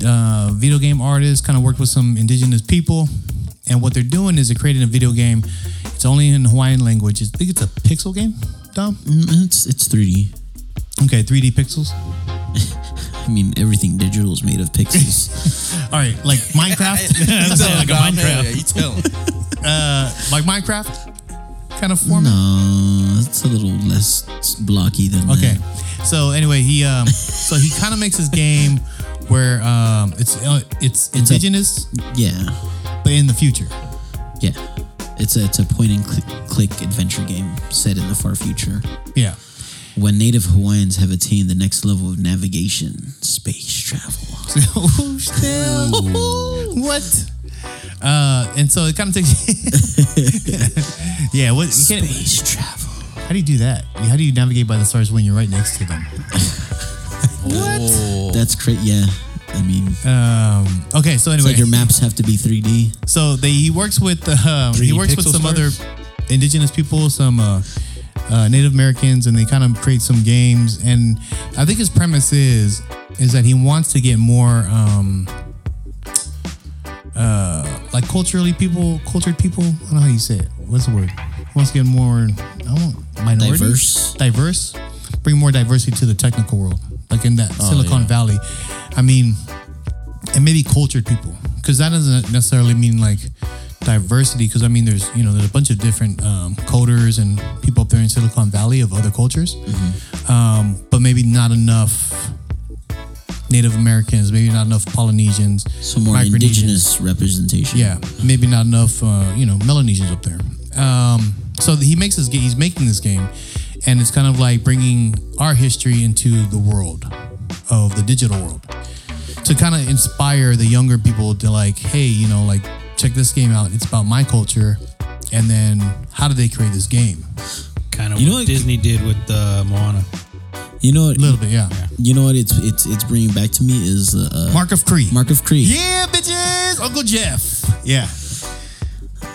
[SPEAKER 2] uh, video game artist, kind of worked with some indigenous people, and what they're doing is they're creating a video game. It's only in Hawaiian language. I think it's a pixel game, Dom.
[SPEAKER 4] Mm, It's it's 3D.
[SPEAKER 2] Okay, 3D pixels.
[SPEAKER 4] I mean, everything digital is made of pixels.
[SPEAKER 2] All right, like Minecraft,
[SPEAKER 3] like a Minecraft. Yeah, you tell him.
[SPEAKER 2] Uh, like Minecraft kind of format.
[SPEAKER 4] no, it's a little less blocky than
[SPEAKER 2] Okay.
[SPEAKER 4] that.
[SPEAKER 2] So anyway, he um so he kind of makes his game where um it's uh, it's
[SPEAKER 4] a-
[SPEAKER 2] indigenous
[SPEAKER 4] Yeah,
[SPEAKER 2] but in the future.
[SPEAKER 4] yeah. It's a it's a point and click, click adventure game set in the far future
[SPEAKER 2] Yeah.
[SPEAKER 4] when Native Hawaiians have attained the next level of navigation, space travel.
[SPEAKER 2] Ooh, still. what? Uh and so it kind of takes Yeah, what you can't,
[SPEAKER 4] Space travel.
[SPEAKER 2] how do you do that? How do you navigate by the stars when you're right next to them?
[SPEAKER 4] That's crazy. Yeah, I mean, it's
[SPEAKER 2] Um okay, so anyway,
[SPEAKER 4] like your maps have to be 3D.
[SPEAKER 2] So they, he works with um, he
[SPEAKER 5] 3D
[SPEAKER 2] works with
[SPEAKER 5] pixel
[SPEAKER 2] some
[SPEAKER 5] stars?
[SPEAKER 2] other indigenous people, some uh, uh, Native Americans, and they kind of create some games. And I think his premise is is that he wants to get more um, uh, like culturally people, cultured people. I don't know how you say it. What's the word? He wants to get more I want minorities,
[SPEAKER 4] Diverse.
[SPEAKER 2] diverse, bring more diversity to the technical world, like in that
[SPEAKER 4] Oh,
[SPEAKER 2] Silicon Valley. I mean and maybe cultured people because that doesn't necessarily mean like diversity because i mean there's you know there's a bunch of different um, coders and people up there in silicon valley of other cultures
[SPEAKER 4] Mm-hmm.
[SPEAKER 2] um, but maybe not enough native americans maybe not enough polynesians
[SPEAKER 4] So more
[SPEAKER 2] Micronesians.
[SPEAKER 4] indigenous representation.
[SPEAKER 2] yeah maybe not enough uh, you know melanesians up there um, so he makes this game he's making this game and it's kind of like bringing our history into the world of the digital world to kind of inspire the younger people to like, hey, you know, like check this game out. It's about my culture, and then how did they create this game?
[SPEAKER 5] kind of
[SPEAKER 4] You know
[SPEAKER 5] what
[SPEAKER 4] what-
[SPEAKER 5] Disney did with uh, Moana.
[SPEAKER 4] You know what?
[SPEAKER 2] A little bit, yeah.
[SPEAKER 4] You know what? It's it's it's bringing back to me is uh,
[SPEAKER 2] Mark of Cree.
[SPEAKER 4] Mark of Cree.
[SPEAKER 2] Yeah, bitches. Uncle Jeff. Yeah.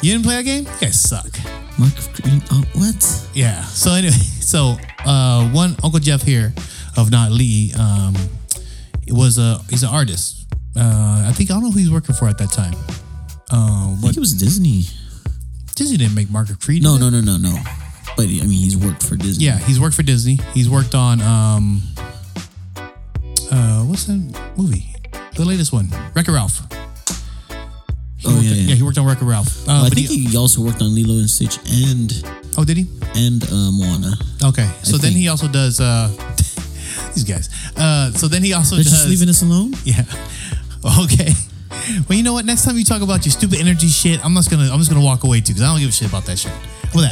[SPEAKER 2] You didn't play that game? You guys suck.
[SPEAKER 4] Mark of Cree. Oh, what?
[SPEAKER 2] Yeah. So anyway, so uh, one Uncle Jeff here of Not Lee, um, it was a he's an artist. Uh, I think I don't know who he's working for at that time. Uh,
[SPEAKER 4] I think
[SPEAKER 2] what
[SPEAKER 4] it was Disney.
[SPEAKER 2] Disney didn't make Mark of Cree. did
[SPEAKER 4] No,
[SPEAKER 2] it?
[SPEAKER 4] no, no, no, no. But I mean, he's worked for Disney.
[SPEAKER 2] Yeah, he's worked for Disney. He's worked on um, uh, what's that movie? The latest one, Wreck-It Ralph. He
[SPEAKER 4] Oh,
[SPEAKER 2] worked
[SPEAKER 4] yeah,
[SPEAKER 2] on-
[SPEAKER 4] yeah.
[SPEAKER 2] he worked on Wreck-It Ralph. Uh,
[SPEAKER 4] Well, I
[SPEAKER 2] but
[SPEAKER 4] think
[SPEAKER 2] he-
[SPEAKER 4] he, also worked on Lilo and Stitch and
[SPEAKER 2] oh, did he?
[SPEAKER 4] and uh, Moana.
[SPEAKER 2] Okay, so then
[SPEAKER 4] think.
[SPEAKER 2] he also does uh, these guys. Uh, so then he also
[SPEAKER 4] They're
[SPEAKER 2] does.
[SPEAKER 4] just leaving us alone.
[SPEAKER 2] Yeah. Okay. Well, you know what? Next time you talk about your stupid energy shit, I'm just gonna I'm just gonna walk away too because I don't give a shit about that shit. Well,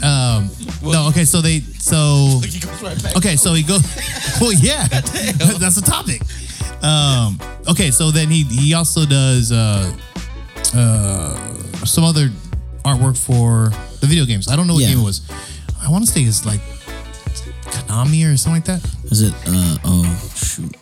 [SPEAKER 2] that. Um. no. Okay. So they. So. Okay. So he goes. Well, yeah. That's the topic. Um. Okay. So then he he also does uh uh some other artwork for the video games. I don't know what
[SPEAKER 4] Yeah.
[SPEAKER 2] game it was. I want to say it's like Konami or something like that.
[SPEAKER 4] Is it? Uh, oh shoot.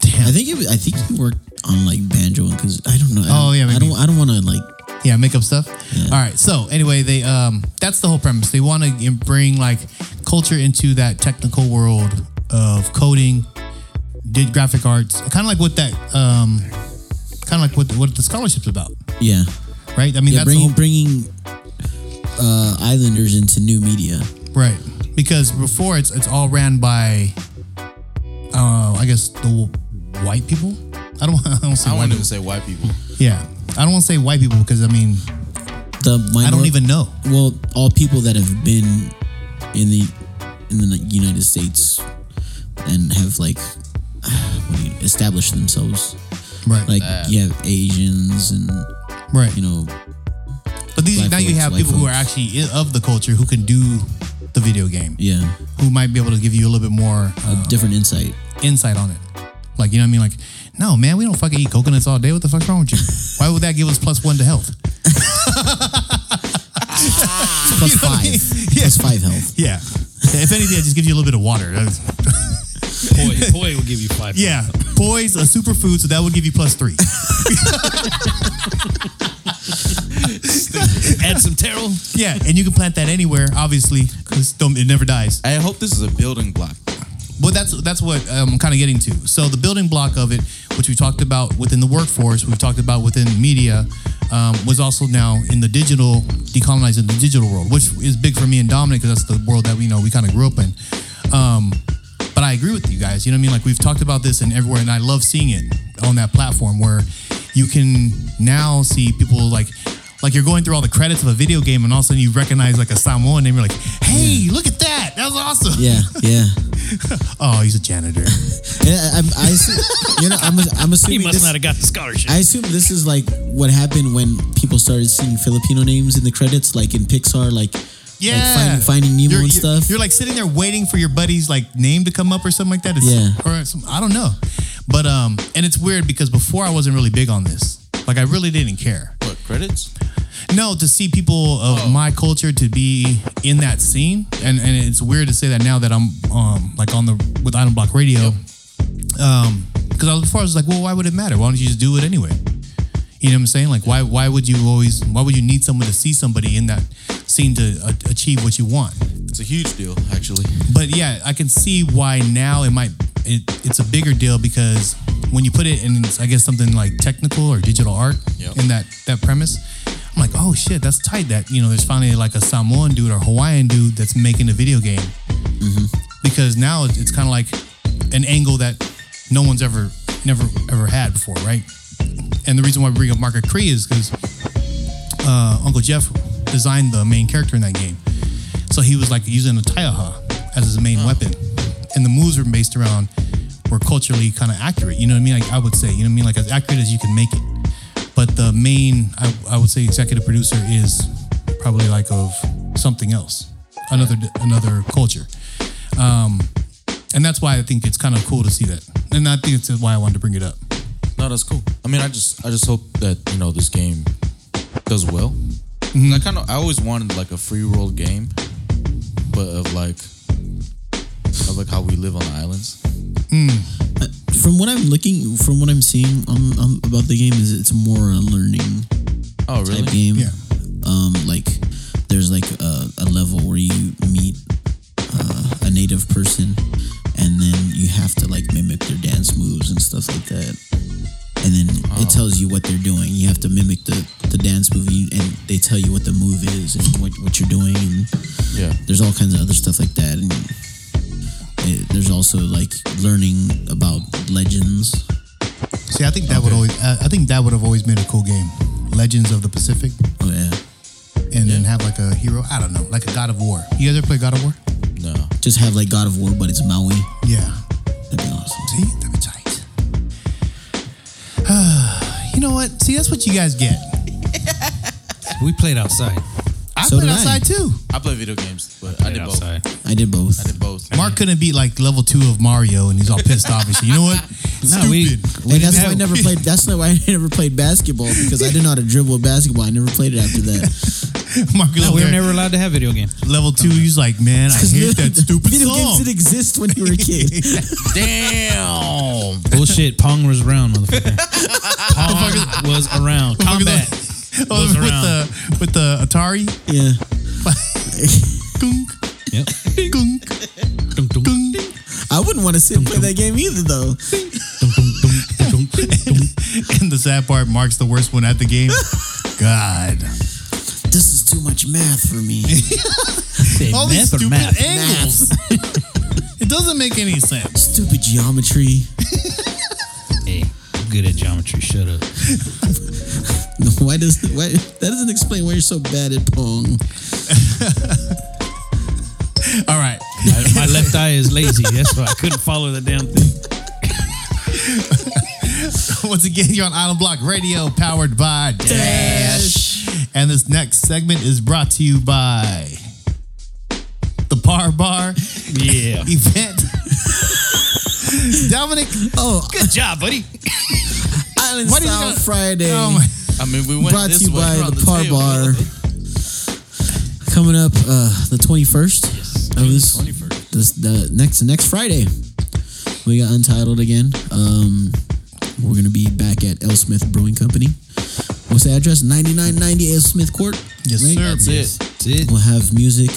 [SPEAKER 2] Damn.
[SPEAKER 4] I think it. Was, I think he worked on like banjo because I don't know. I don't,
[SPEAKER 2] Oh, yeah,
[SPEAKER 4] I
[SPEAKER 2] maybe.
[SPEAKER 4] don't. I don't want to like.
[SPEAKER 2] Yeah, makeup stuff.
[SPEAKER 4] Yeah.
[SPEAKER 2] All right. So anyway, they um that's the whole premise. They want to bring like culture into that technical world of coding, did graphic arts, kind of like what that um kind of like what what the scholarship's about,
[SPEAKER 4] Yeah.
[SPEAKER 2] right? I mean,
[SPEAKER 4] Yeah.
[SPEAKER 2] that's the whole,
[SPEAKER 4] Bringing bringing uh, islanders into new media.
[SPEAKER 2] right because before it's it's all ran by uh I guess the white people. I don't I don't say
[SPEAKER 3] I
[SPEAKER 2] white people.
[SPEAKER 3] wouldn't even say white people.
[SPEAKER 2] Yeah. I don't want to say white people because I mean,
[SPEAKER 4] The minor-
[SPEAKER 2] I don't even know.
[SPEAKER 4] Well, all people that have been in the in the United States and have like what do you, established themselves.
[SPEAKER 2] Right.
[SPEAKER 4] Like
[SPEAKER 3] That.
[SPEAKER 4] you have Asians and
[SPEAKER 2] right.
[SPEAKER 4] you know
[SPEAKER 2] But these
[SPEAKER 4] Black
[SPEAKER 2] now you
[SPEAKER 4] folks,
[SPEAKER 2] have
[SPEAKER 4] white
[SPEAKER 2] people who are
[SPEAKER 4] folks.
[SPEAKER 2] actually i- of the culture who can do the video game,
[SPEAKER 4] yeah
[SPEAKER 2] who might be able to give you a little bit more
[SPEAKER 4] a
[SPEAKER 2] uh,
[SPEAKER 4] different insight.
[SPEAKER 2] insight on it. Like you know what I mean? Like, no man, we don't fucking eat coconuts all day. What the fuck's wrong with you? Why would that give us plus one to health?
[SPEAKER 4] Plus
[SPEAKER 2] know what I
[SPEAKER 4] five.
[SPEAKER 2] mean? Yeah.
[SPEAKER 4] Plus five health.
[SPEAKER 2] Yeah. if anything, it just gives you a little bit of water. That's-
[SPEAKER 5] Poi, Poi will give you five.
[SPEAKER 2] yeah, poise a superfood, so that would give you plus three.
[SPEAKER 5] Add some taro.
[SPEAKER 2] yeah, and you can plant that anywhere, obviously, because it never dies.
[SPEAKER 3] I hope this is a building block.
[SPEAKER 2] Well, that's that's what I'm kind of getting to. So the building block of it, which we talked about within the workforce, we've talked about within media, um, was also now in the digital decolonizing the digital world, which is big for me and Dominic because that's the world that we know we kind of grew up in. Um, but I agree with you guys. You know what I mean? Like we've talked about this and everywhere, and I love seeing it on that platform where you can now see people like. Like you're going through all the credits of a video game, and all of a sudden you recognize like a Samoan name. You're like, "Hey, look at that! That was awesome!"
[SPEAKER 4] Yeah, yeah.
[SPEAKER 2] Oh, he's a janitor.
[SPEAKER 4] And I, I'm, I assume, you know, I'm, I'm
[SPEAKER 5] He
[SPEAKER 4] assuming
[SPEAKER 5] must
[SPEAKER 4] this,
[SPEAKER 5] not have got the scholarship.
[SPEAKER 4] I assume this is like what happened when people started seeing Filipino names in the credits, like in Pixar, like
[SPEAKER 2] Yeah,
[SPEAKER 4] like finding, finding Nemo
[SPEAKER 2] you're,
[SPEAKER 4] and
[SPEAKER 2] you're-
[SPEAKER 4] stuff.
[SPEAKER 2] You're like sitting there waiting for your buddy's like name to come up or something like that. It's,
[SPEAKER 4] Yeah.
[SPEAKER 2] or some, I don't know, but um, and it's weird because before I wasn't really big on this. Like I really didn't care.
[SPEAKER 3] What credits? Oh.
[SPEAKER 2] No, to see people of my culture to be in that scene, and and it's weird to say that now that I'm um like on the with Item Block Radio, um, because I was before I was like, well, why would it matter? Why don't you just do it anyway? You know what I'm saying? Like, why why would you always why would you need someone to see somebody in that scene to uh, achieve what you want?
[SPEAKER 3] It's a huge deal, actually.
[SPEAKER 2] But yeah, I can see why now it might it, it's a bigger deal because when you put it in, I guess something like technical or digital art
[SPEAKER 3] Yep.
[SPEAKER 2] in that that premise, I'm like, oh shit, that's tight. That you know, there's finally like a Samoan dude or Hawaiian dude that's making a video game because now it's, it's kind of like an angle that no one's ever never ever had before, right? And the reason why we bring up Market Cree is because uh, Uncle Jeff designed the main character in that game. So he was like using a taiaha as his main weapon. And the moves were based around were culturally kind of accurate. You know what I mean? Like I would say, you know what I mean? Like as accurate as you can make it. But the main, I, I would say, executive producer is probably like of something else, another another culture. Um, and that's why I think it's kind of cool to see that. And I think it's why I wanted to bring it up.
[SPEAKER 3] No, that's cool. I mean, I just I just hope that you know this game does well. I kind of I always wanted like a free roll game, but of like of like how we live on the islands.
[SPEAKER 4] From what I'm looking, from what I'm seeing on, on about the game, is it's more a learning
[SPEAKER 3] Oh really?
[SPEAKER 4] type game.
[SPEAKER 2] Yeah.
[SPEAKER 4] Um, like there's like a, a level where you meet uh, a native person, and then you have to like mimic their dance moves and stuff like that. And then
[SPEAKER 2] Oh.
[SPEAKER 4] it tells you what they're doing. You have to mimic the, the dance move, you- and they tell you what the move is and what, what you're doing. And
[SPEAKER 3] Yeah.
[SPEAKER 4] there's all kinds of other stuff like that and it, there's also like learning about legends
[SPEAKER 2] See, I think that would always. Uh, I think that would have always made a cool game. Legends of the Pacific,
[SPEAKER 4] oh yeah
[SPEAKER 2] and then have like a hero. I don't know, like a God of War. You guys ever play God of War?
[SPEAKER 3] No.
[SPEAKER 4] just have like god of war but it's maui
[SPEAKER 2] Yeah.
[SPEAKER 4] that'd be awesome
[SPEAKER 2] See, that'd be tight. you know what? See, that's what you guys get.
[SPEAKER 5] We played outside.
[SPEAKER 2] I
[SPEAKER 4] So
[SPEAKER 2] played
[SPEAKER 4] did I.
[SPEAKER 2] outside too.
[SPEAKER 3] I play video games, but I,
[SPEAKER 5] Played
[SPEAKER 3] did both.
[SPEAKER 5] outside.
[SPEAKER 4] i did both
[SPEAKER 3] I did both.
[SPEAKER 2] Mark couldn't beat like level two of Mario, and he's all pissed off and shit. You know what?
[SPEAKER 5] No, we, we
[SPEAKER 4] and that's
[SPEAKER 5] didn't
[SPEAKER 4] why I
[SPEAKER 5] have-
[SPEAKER 4] never played. That's not why I never played basketball because I didn't know how to dribble basketball. I never played it after that.
[SPEAKER 2] Mark
[SPEAKER 5] No,
[SPEAKER 2] level,
[SPEAKER 5] we were never allowed to have video games.
[SPEAKER 2] level two. He's like, man, I hate that stupid
[SPEAKER 4] Video games
[SPEAKER 2] song.
[SPEAKER 4] didn't exist when you were a kid.
[SPEAKER 3] Damn.
[SPEAKER 5] Bullshit. Pong was around, motherfucker. Pong was around. Combat.
[SPEAKER 2] Oh,
[SPEAKER 5] goes
[SPEAKER 2] with
[SPEAKER 5] around.
[SPEAKER 2] the with the Atari.
[SPEAKER 4] yeah,
[SPEAKER 2] Gunk,
[SPEAKER 5] Yep.
[SPEAKER 2] gunk,
[SPEAKER 5] Dum, dum, dum,
[SPEAKER 2] gunk.
[SPEAKER 4] I wouldn't want to sit and play that game either, though.
[SPEAKER 5] dum, dum, dum, dum, dum.
[SPEAKER 2] And the sad part, Mark's the worst one at the game. God,
[SPEAKER 4] This is too much math for me.
[SPEAKER 2] all these
[SPEAKER 5] math or
[SPEAKER 2] stupid
[SPEAKER 5] math?
[SPEAKER 2] angles. it doesn't make any sense.
[SPEAKER 4] Stupid geometry.
[SPEAKER 5] Hey, I'm good at geometry. Shut up.
[SPEAKER 4] Why does why that doesn't explain why you're so bad at pong?
[SPEAKER 2] All right,
[SPEAKER 5] I, my left eye is lazy. That's why I couldn't follow the damn thing.
[SPEAKER 2] once again, you're on Island Block Radio, powered by Dash. And this next segment is brought to you by the Par Bar
[SPEAKER 5] Yeah.
[SPEAKER 2] event. Dominic,
[SPEAKER 4] Oh,
[SPEAKER 5] Good job, buddy.
[SPEAKER 4] Island
[SPEAKER 2] Why did you
[SPEAKER 4] Style
[SPEAKER 2] go-
[SPEAKER 4] Friday.
[SPEAKER 2] oh my.
[SPEAKER 3] I mean, we went
[SPEAKER 4] brought
[SPEAKER 3] this
[SPEAKER 4] to you
[SPEAKER 3] way
[SPEAKER 4] by
[SPEAKER 3] around
[SPEAKER 4] the Par
[SPEAKER 3] table.
[SPEAKER 4] Bar. Coming up uh, the 21st of this, this the next next Friday. We got Untitled again. Um, we're gonna be back at L Smith Brewing Company. What's the address? 9990 L Smith Court.
[SPEAKER 2] Yes,
[SPEAKER 4] Right?
[SPEAKER 2] sir.
[SPEAKER 3] That's it.
[SPEAKER 5] That's it.
[SPEAKER 4] We'll have music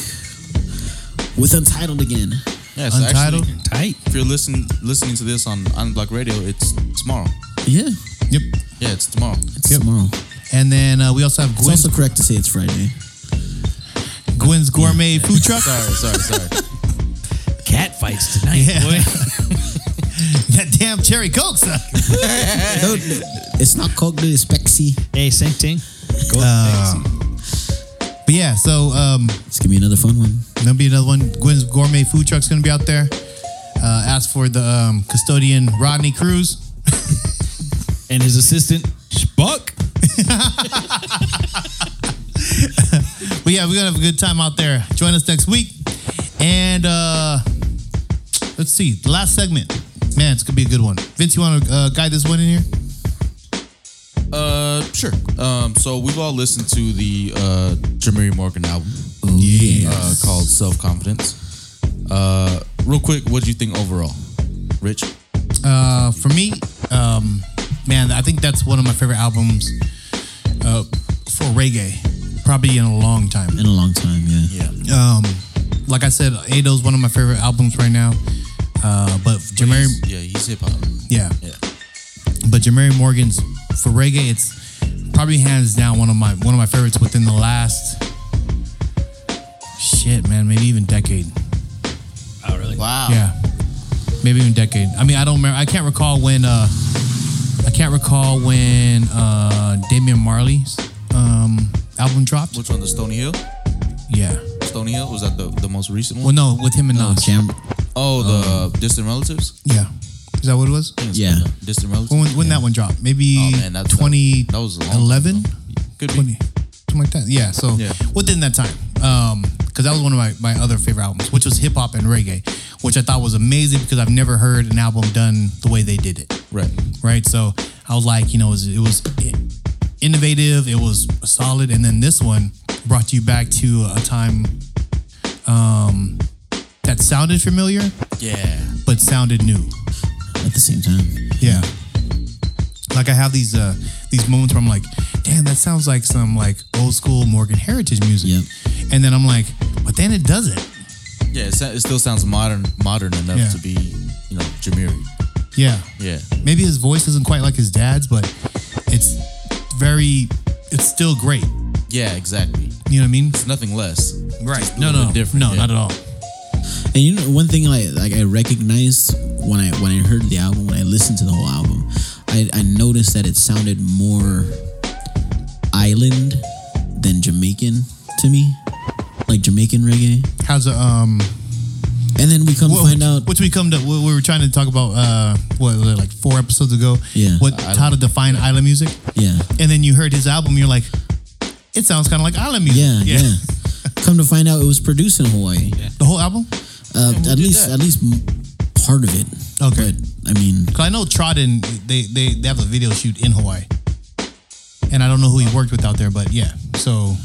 [SPEAKER 4] with Untitled again.
[SPEAKER 3] Yeah, so
[SPEAKER 2] Untitled.
[SPEAKER 3] Actually,
[SPEAKER 5] Tight.
[SPEAKER 3] if you're listening listening to this on on Block Radio, it's tomorrow.
[SPEAKER 4] Yeah,
[SPEAKER 2] Yep.
[SPEAKER 3] Yeah, it's tomorrow.
[SPEAKER 4] it's
[SPEAKER 2] Yep.
[SPEAKER 4] tomorrow.
[SPEAKER 2] And then uh, we also have
[SPEAKER 4] It's
[SPEAKER 2] Gwen,
[SPEAKER 4] also correct to say it's Friday.
[SPEAKER 2] Gwen's gourmet food truck.
[SPEAKER 3] Sorry, sorry, sorry.
[SPEAKER 5] Cat fights tonight, boy.
[SPEAKER 2] that damn cherry coke suck.
[SPEAKER 4] No, it's not Coke, dude. It's Pepsi.
[SPEAKER 5] Hey, same thing. Go
[SPEAKER 2] But yeah, so um,
[SPEAKER 4] It's gonna be another fun one.
[SPEAKER 2] there'll be another one. Gwen's gourmet food truck's gonna be out there. Uh, ask for the um, custodian Rodney Cruz.
[SPEAKER 5] and his assistant, Spuck.
[SPEAKER 2] But yeah, we're gonna have a good time out there. Join us next week. And uh, let's see, the last segment. Man, it's gonna be a good one. Vince, you want to uh, guide this one in here?
[SPEAKER 3] Uh, sure. Um, so we've all listened to the uh Jamiri Morgan album
[SPEAKER 4] Yeah.
[SPEAKER 3] uh, called Self Confidence. Uh, real quick, what do you think overall, Rich?
[SPEAKER 2] Uh, for me, um, man, I think that's one of my favorite albums uh, for reggae, probably in a long time.
[SPEAKER 4] In a long time, yeah.
[SPEAKER 2] Um, like I said, Ado's one of my favorite albums right now. Uh, but Jamari,
[SPEAKER 3] Yeah, he's hip hop.
[SPEAKER 2] yeah,
[SPEAKER 3] Yeah.
[SPEAKER 2] but Jamari Morgan's for reggae, it's probably hands down one of my one of my favorites within the last shit, man, maybe even decade.
[SPEAKER 5] Oh, really?
[SPEAKER 3] Wow.
[SPEAKER 2] Yeah, maybe even decade. I mean, I don't remember. I can't recall when. Uh, I can't recall when uh, Damian Marley's um, album dropped.
[SPEAKER 3] Which one? The Stony Hill?
[SPEAKER 2] Yeah.
[SPEAKER 3] Stony Hill? Was that the, the most recent
[SPEAKER 2] Well,
[SPEAKER 3] one?
[SPEAKER 2] no, with him and
[SPEAKER 4] Oh,
[SPEAKER 2] Nas.
[SPEAKER 4] jam-
[SPEAKER 3] Oh, the uh, Distant Relatives?
[SPEAKER 2] Yeah. Is that what it was?
[SPEAKER 4] yeah.
[SPEAKER 3] Distant Relatives?
[SPEAKER 2] When, when that one dropped? Maybe
[SPEAKER 3] Oh, man, that's- that-
[SPEAKER 2] 2011?
[SPEAKER 3] that was a long time ago. Could be.
[SPEAKER 2] 20, something like that. Yeah, so
[SPEAKER 3] Yeah.
[SPEAKER 2] within that time. Um, because that was one of my, my other favorite albums, which was hip hop and reggae, which I thought was amazing because I've never heard an album done the way they did it.
[SPEAKER 3] Right.
[SPEAKER 2] Right. So I was like, you know, it was, it was innovative, it was solid. And then this one, brought you back to a time um, that sounded familiar,
[SPEAKER 3] Yeah.
[SPEAKER 2] but sounded new.
[SPEAKER 4] at the same time.
[SPEAKER 2] Yeah. Like I have these uh these moments where I'm like, damn, that sounds like some like old school Morgan Heritage music.
[SPEAKER 4] Yep.
[SPEAKER 2] And then I'm like, but then it doesn't.
[SPEAKER 3] Yeah, it, sa- it still sounds modern modern enough
[SPEAKER 2] Yeah.
[SPEAKER 3] to be, you know, Jamiri.
[SPEAKER 2] Yeah.
[SPEAKER 3] Yeah.
[SPEAKER 2] Maybe his voice isn't quite like his dad's, but it's very it's still great.
[SPEAKER 3] Yeah, exactly.
[SPEAKER 2] You know what I mean?
[SPEAKER 3] It's nothing less. Just a
[SPEAKER 2] No,
[SPEAKER 3] little
[SPEAKER 2] no.
[SPEAKER 3] bit different.
[SPEAKER 2] no,
[SPEAKER 3] yeah.
[SPEAKER 2] not at all.
[SPEAKER 4] And you know, one thing like like I recognized when I when I heard the album, when I listened to the whole album, I, I noticed that it sounded more island than Jamaican to me, like Jamaican reggae.
[SPEAKER 2] How's a um
[SPEAKER 4] And then we come to
[SPEAKER 2] Well,
[SPEAKER 4] find out,
[SPEAKER 2] Which we come to, we we were trying to talk about, uh, what, was it, like four episodes ago?
[SPEAKER 4] Yeah.
[SPEAKER 2] What, how to define island music.
[SPEAKER 4] yeah,
[SPEAKER 2] And then you heard his album, you're like, it sounds kind of like island music.
[SPEAKER 4] yeah, yeah. come to find out, it was produced in Hawaii.
[SPEAKER 2] The whole album?
[SPEAKER 4] Uh,
[SPEAKER 3] who
[SPEAKER 4] at
[SPEAKER 3] did
[SPEAKER 4] least,
[SPEAKER 3] that?
[SPEAKER 4] at least m- part of it.
[SPEAKER 2] Okay.
[SPEAKER 4] I mean,
[SPEAKER 2] Cause I know Trodden, they, they, they have a video shoot in Hawaii. And I don't know who he worked with out there, but yeah. So,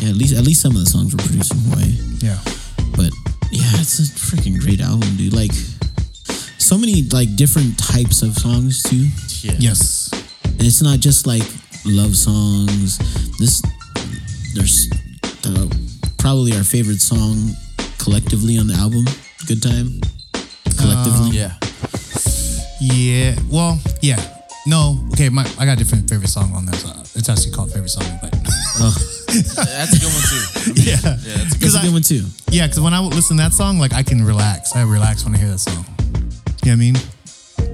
[SPEAKER 4] yeah, at least at least some of the songs were produced in Hawaii.
[SPEAKER 2] yeah.
[SPEAKER 4] But yeah, it's a freaking great album, dude. Like so many like different types of songs too.
[SPEAKER 3] Yeah.
[SPEAKER 2] Yes.
[SPEAKER 4] And it's not just like love songs. This there's uh, probably our favorite song collectively on the album. Good time.
[SPEAKER 2] Oh,
[SPEAKER 4] Collectively.
[SPEAKER 3] Yeah.
[SPEAKER 2] Yeah. Well, yeah. No. Okay. My, I got a different favorite song on this. Uh, it's actually called favorite song, but
[SPEAKER 3] That's a good one too.
[SPEAKER 2] yeah.
[SPEAKER 3] that's
[SPEAKER 4] That's
[SPEAKER 2] Cause
[SPEAKER 4] a
[SPEAKER 2] I,
[SPEAKER 4] good one too.
[SPEAKER 2] Yeah, because when I would listen to that song, like I can relax. I relax when I hear that song. You know what I mean?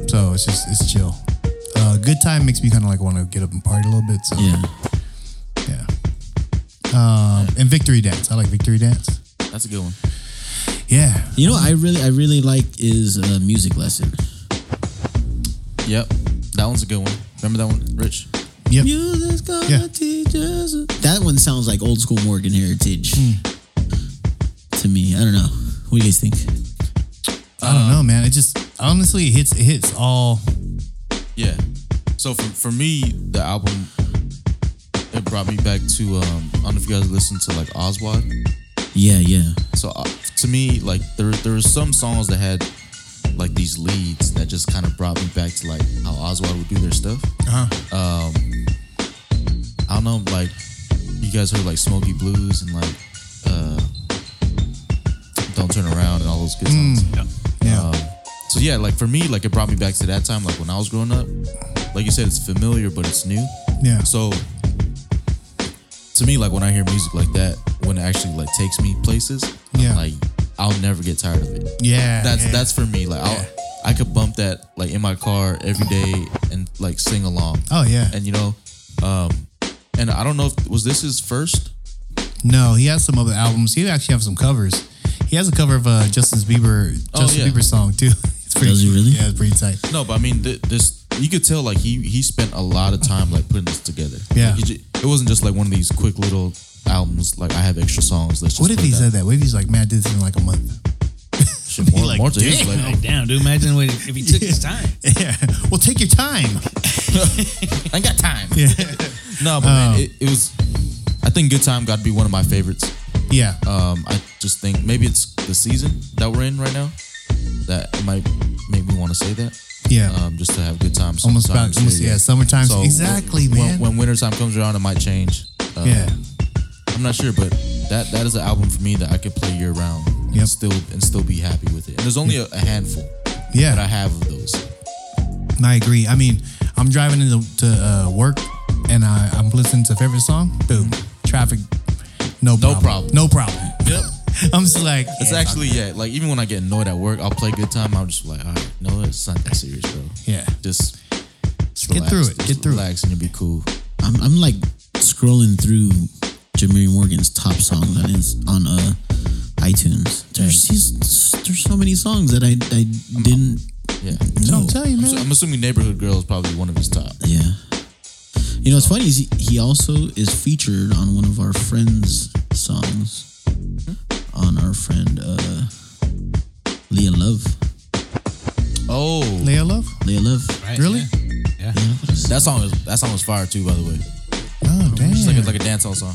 [SPEAKER 2] So it's just it's chill. Uh, good time makes me kind of like want to get up and party a little bit. So
[SPEAKER 4] Yeah.
[SPEAKER 2] yeah. Um, and victory dance. I like victory dance.
[SPEAKER 3] That's a good one.
[SPEAKER 2] Yeah.
[SPEAKER 4] You know, what I really, I really like is uh, music lesson.
[SPEAKER 3] Yep. That one's a good one. Remember that one, Rich?
[SPEAKER 2] Yep.
[SPEAKER 4] Music's gonna
[SPEAKER 2] Yeah.
[SPEAKER 4] teach us. That one sounds like old school Morgan Heritage
[SPEAKER 2] Hmm.
[SPEAKER 4] to me. I don't know. What do you guys think?
[SPEAKER 2] I don't know, man. It just honestly it hits it hits all.
[SPEAKER 3] Yeah. So for for me, the album it brought me back to um I don't know if you guys listen to like Oswald.
[SPEAKER 4] Yeah, yeah,
[SPEAKER 3] So uh, to me, like there there were some songs that had like these leads that just kind of brought me back to like how Oswald would do their stuff. Uh-huh. Um, I don't know, like you guys heard like Smokey Blues and like uh, Don't Turn Around and all those good songs.
[SPEAKER 2] Yeah.
[SPEAKER 3] So yeah, like for me, like it brought me back to that time, like when I was growing up. Like you said, it's familiar, but it's new.
[SPEAKER 2] yeah.
[SPEAKER 3] So to me, like when I hear music like that, when it actually like takes me places, I'm
[SPEAKER 2] Yeah.
[SPEAKER 3] like I'll never get tired of it.
[SPEAKER 2] yeah.
[SPEAKER 3] That's
[SPEAKER 2] yeah.
[SPEAKER 3] that's for me. Like I'll, I could bump that like in my car every day and like sing along.
[SPEAKER 2] Oh yeah.
[SPEAKER 3] And you know, um, and I don't know if was this his first.
[SPEAKER 2] No, he has some other albums. He actually have some covers. He has a cover of uh, Justin Bieber
[SPEAKER 3] Oh,
[SPEAKER 2] Justin
[SPEAKER 3] yeah.
[SPEAKER 2] Bieber song too. It's pretty.
[SPEAKER 4] Does he really?
[SPEAKER 2] Yeah, it's pretty tight.
[SPEAKER 3] No, but I mean th- this. You could tell like he he spent a lot of time like putting this together.
[SPEAKER 2] Yeah.
[SPEAKER 3] Like, he ju- it wasn't just like one of these quick little albums. Like I have extra songs. Let's just
[SPEAKER 2] What if
[SPEAKER 3] put
[SPEAKER 2] he
[SPEAKER 3] it out.
[SPEAKER 2] said that? What if he's like, man, I did this in like a month?
[SPEAKER 3] Shit, more,
[SPEAKER 2] like,
[SPEAKER 3] more to his, like,
[SPEAKER 5] Like, damn, dude, imagine what, if he took his time.
[SPEAKER 2] Yeah. Well, take your time.
[SPEAKER 3] I ain't got time. Yeah. no, but
[SPEAKER 2] Um,
[SPEAKER 3] man, it, it was. I think Good Time got to be one of my favorites.
[SPEAKER 2] Yeah.
[SPEAKER 3] Um, I just think maybe it's the season that we're in right now that it might make me want to say that.
[SPEAKER 2] yeah.
[SPEAKER 3] Um, just to have good times.
[SPEAKER 2] almost
[SPEAKER 3] sometimes.
[SPEAKER 2] about, almost, yeah, summertime.
[SPEAKER 3] So
[SPEAKER 2] exactly,
[SPEAKER 3] when,
[SPEAKER 2] man.
[SPEAKER 3] When, when wintertime comes around, it might change. Uh,
[SPEAKER 2] yeah.
[SPEAKER 3] I'm not sure, but that that is an album for me that I could play year round and
[SPEAKER 2] Yep.
[SPEAKER 3] still and still be happy with it. And there's only a, a handful
[SPEAKER 2] Yeah.
[SPEAKER 3] that I have of those.
[SPEAKER 2] And I agree. I mean, I'm driving into to, uh, work and I, I'm listening to favorite song. Boom. Traffic. No problem.
[SPEAKER 3] problem.
[SPEAKER 2] No problem.
[SPEAKER 3] Yep.
[SPEAKER 2] I'm just like,
[SPEAKER 3] It's
[SPEAKER 2] yeah,
[SPEAKER 3] actually yeah. Like even when I get annoyed at work, I'll play good time. I'm just like, all right, no, it's not that serious, bro.
[SPEAKER 2] Yeah.
[SPEAKER 3] Just, just
[SPEAKER 2] Get
[SPEAKER 3] relax.
[SPEAKER 2] through it.
[SPEAKER 3] Just
[SPEAKER 2] Get through it.
[SPEAKER 3] relax and you'll be cool.
[SPEAKER 4] I'm, I'm like scrolling through Jamie Morgan's top songs on his, on uh, iTunes. There's these, there's so many songs that I I didn't
[SPEAKER 3] Yeah.
[SPEAKER 4] know.
[SPEAKER 2] I'm telling you,
[SPEAKER 3] I'm,
[SPEAKER 2] man.
[SPEAKER 3] su- I'm assuming Neighborhood Girl is probably one of his top.
[SPEAKER 4] Yeah. You know, it's funny. Is he, he also is featured on one of our friends' songs, on our friend uh, Leah Love.
[SPEAKER 3] Oh,
[SPEAKER 2] Leia Love?
[SPEAKER 4] Leah Love.
[SPEAKER 2] Really?
[SPEAKER 3] that song is that song was fire too. By the way,
[SPEAKER 2] Oh, damn.
[SPEAKER 3] it's like, it's like a dancehall song.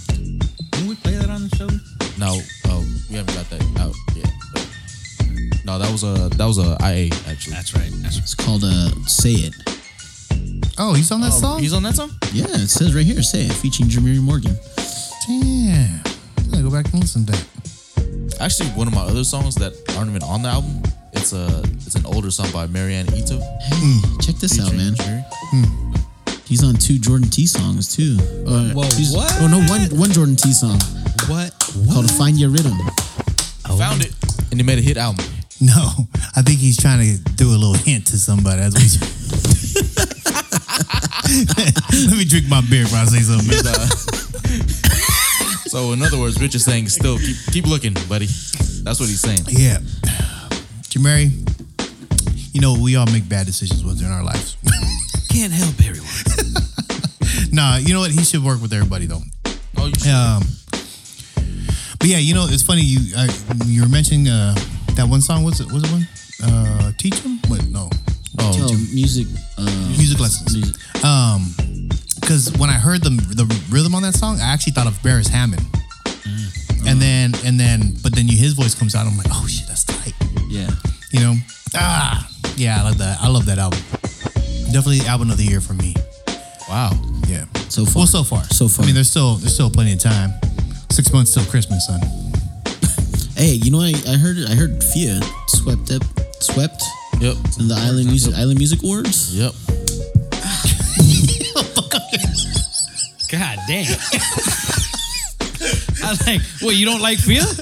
[SPEAKER 3] No, oh, we haven't got that out yet. but- No, that was a that was a IA actually.
[SPEAKER 5] That's right. That's right.
[SPEAKER 4] It's called uh, Say It.
[SPEAKER 2] Oh, he's on that
[SPEAKER 3] Oh,
[SPEAKER 2] song.
[SPEAKER 3] He's on that song.
[SPEAKER 4] Yeah, it says right here, Say It, featuring Jameer Morgan.
[SPEAKER 2] Damn. I gotta go back and listen to that.
[SPEAKER 3] Actually, one of my other songs that aren't even on the album. It's a it's an older song by Marianne Ito.
[SPEAKER 4] Check this out, man.
[SPEAKER 3] featuring Jerry.
[SPEAKER 4] He's on two Jordan T songs too. Uh,
[SPEAKER 7] Whoa,
[SPEAKER 4] two-
[SPEAKER 7] what?
[SPEAKER 4] Oh no, one one Jordan T song
[SPEAKER 7] What?
[SPEAKER 4] called "Find Your Rhythm."
[SPEAKER 3] Found it, and he made a hit album.
[SPEAKER 2] No, I think he's trying to do a little hint to somebody. That's what he's. Let me drink my beer before I say something.
[SPEAKER 3] So in other words, Rich is saying, still keep keep looking, buddy. That's what he's saying.
[SPEAKER 2] Yeah. Jamari, you know, we all make bad decisions once in our lives.
[SPEAKER 5] Can't help everyone.
[SPEAKER 2] nah, you know what? He should work with everybody, though.
[SPEAKER 3] Oh, you
[SPEAKER 2] Um, but yeah, you know, it's funny. You uh, you were mentioning uh, that one song. What's it? What's it one? Uh, Teach him? Wait, no.
[SPEAKER 4] Oh, music. Uh,
[SPEAKER 2] Music lessons.
[SPEAKER 4] music.
[SPEAKER 2] Um, because when I heard the the rhythm on that song, I actually thought of Barris Hammond. And then and then, but then you, his voice comes out. I'm like, oh shit, that's tight.
[SPEAKER 4] Yeah.
[SPEAKER 2] You know, ah, yeah, I love that. I love that album. Definitely album of the year for me.
[SPEAKER 3] wow.
[SPEAKER 2] Yeah.
[SPEAKER 4] So far.
[SPEAKER 2] Well, so far,
[SPEAKER 4] So far.
[SPEAKER 2] I mean, there's still there's still plenty of time. Six months till Christmas, son.
[SPEAKER 4] Hey, you know what? I, I heard. I heard Fia swept up, swept
[SPEAKER 3] Yep.
[SPEAKER 4] in the Island Music Island Music Awards.
[SPEAKER 3] Yep.
[SPEAKER 5] God damn. I was like, what, you don't like Phil?
[SPEAKER 3] Shut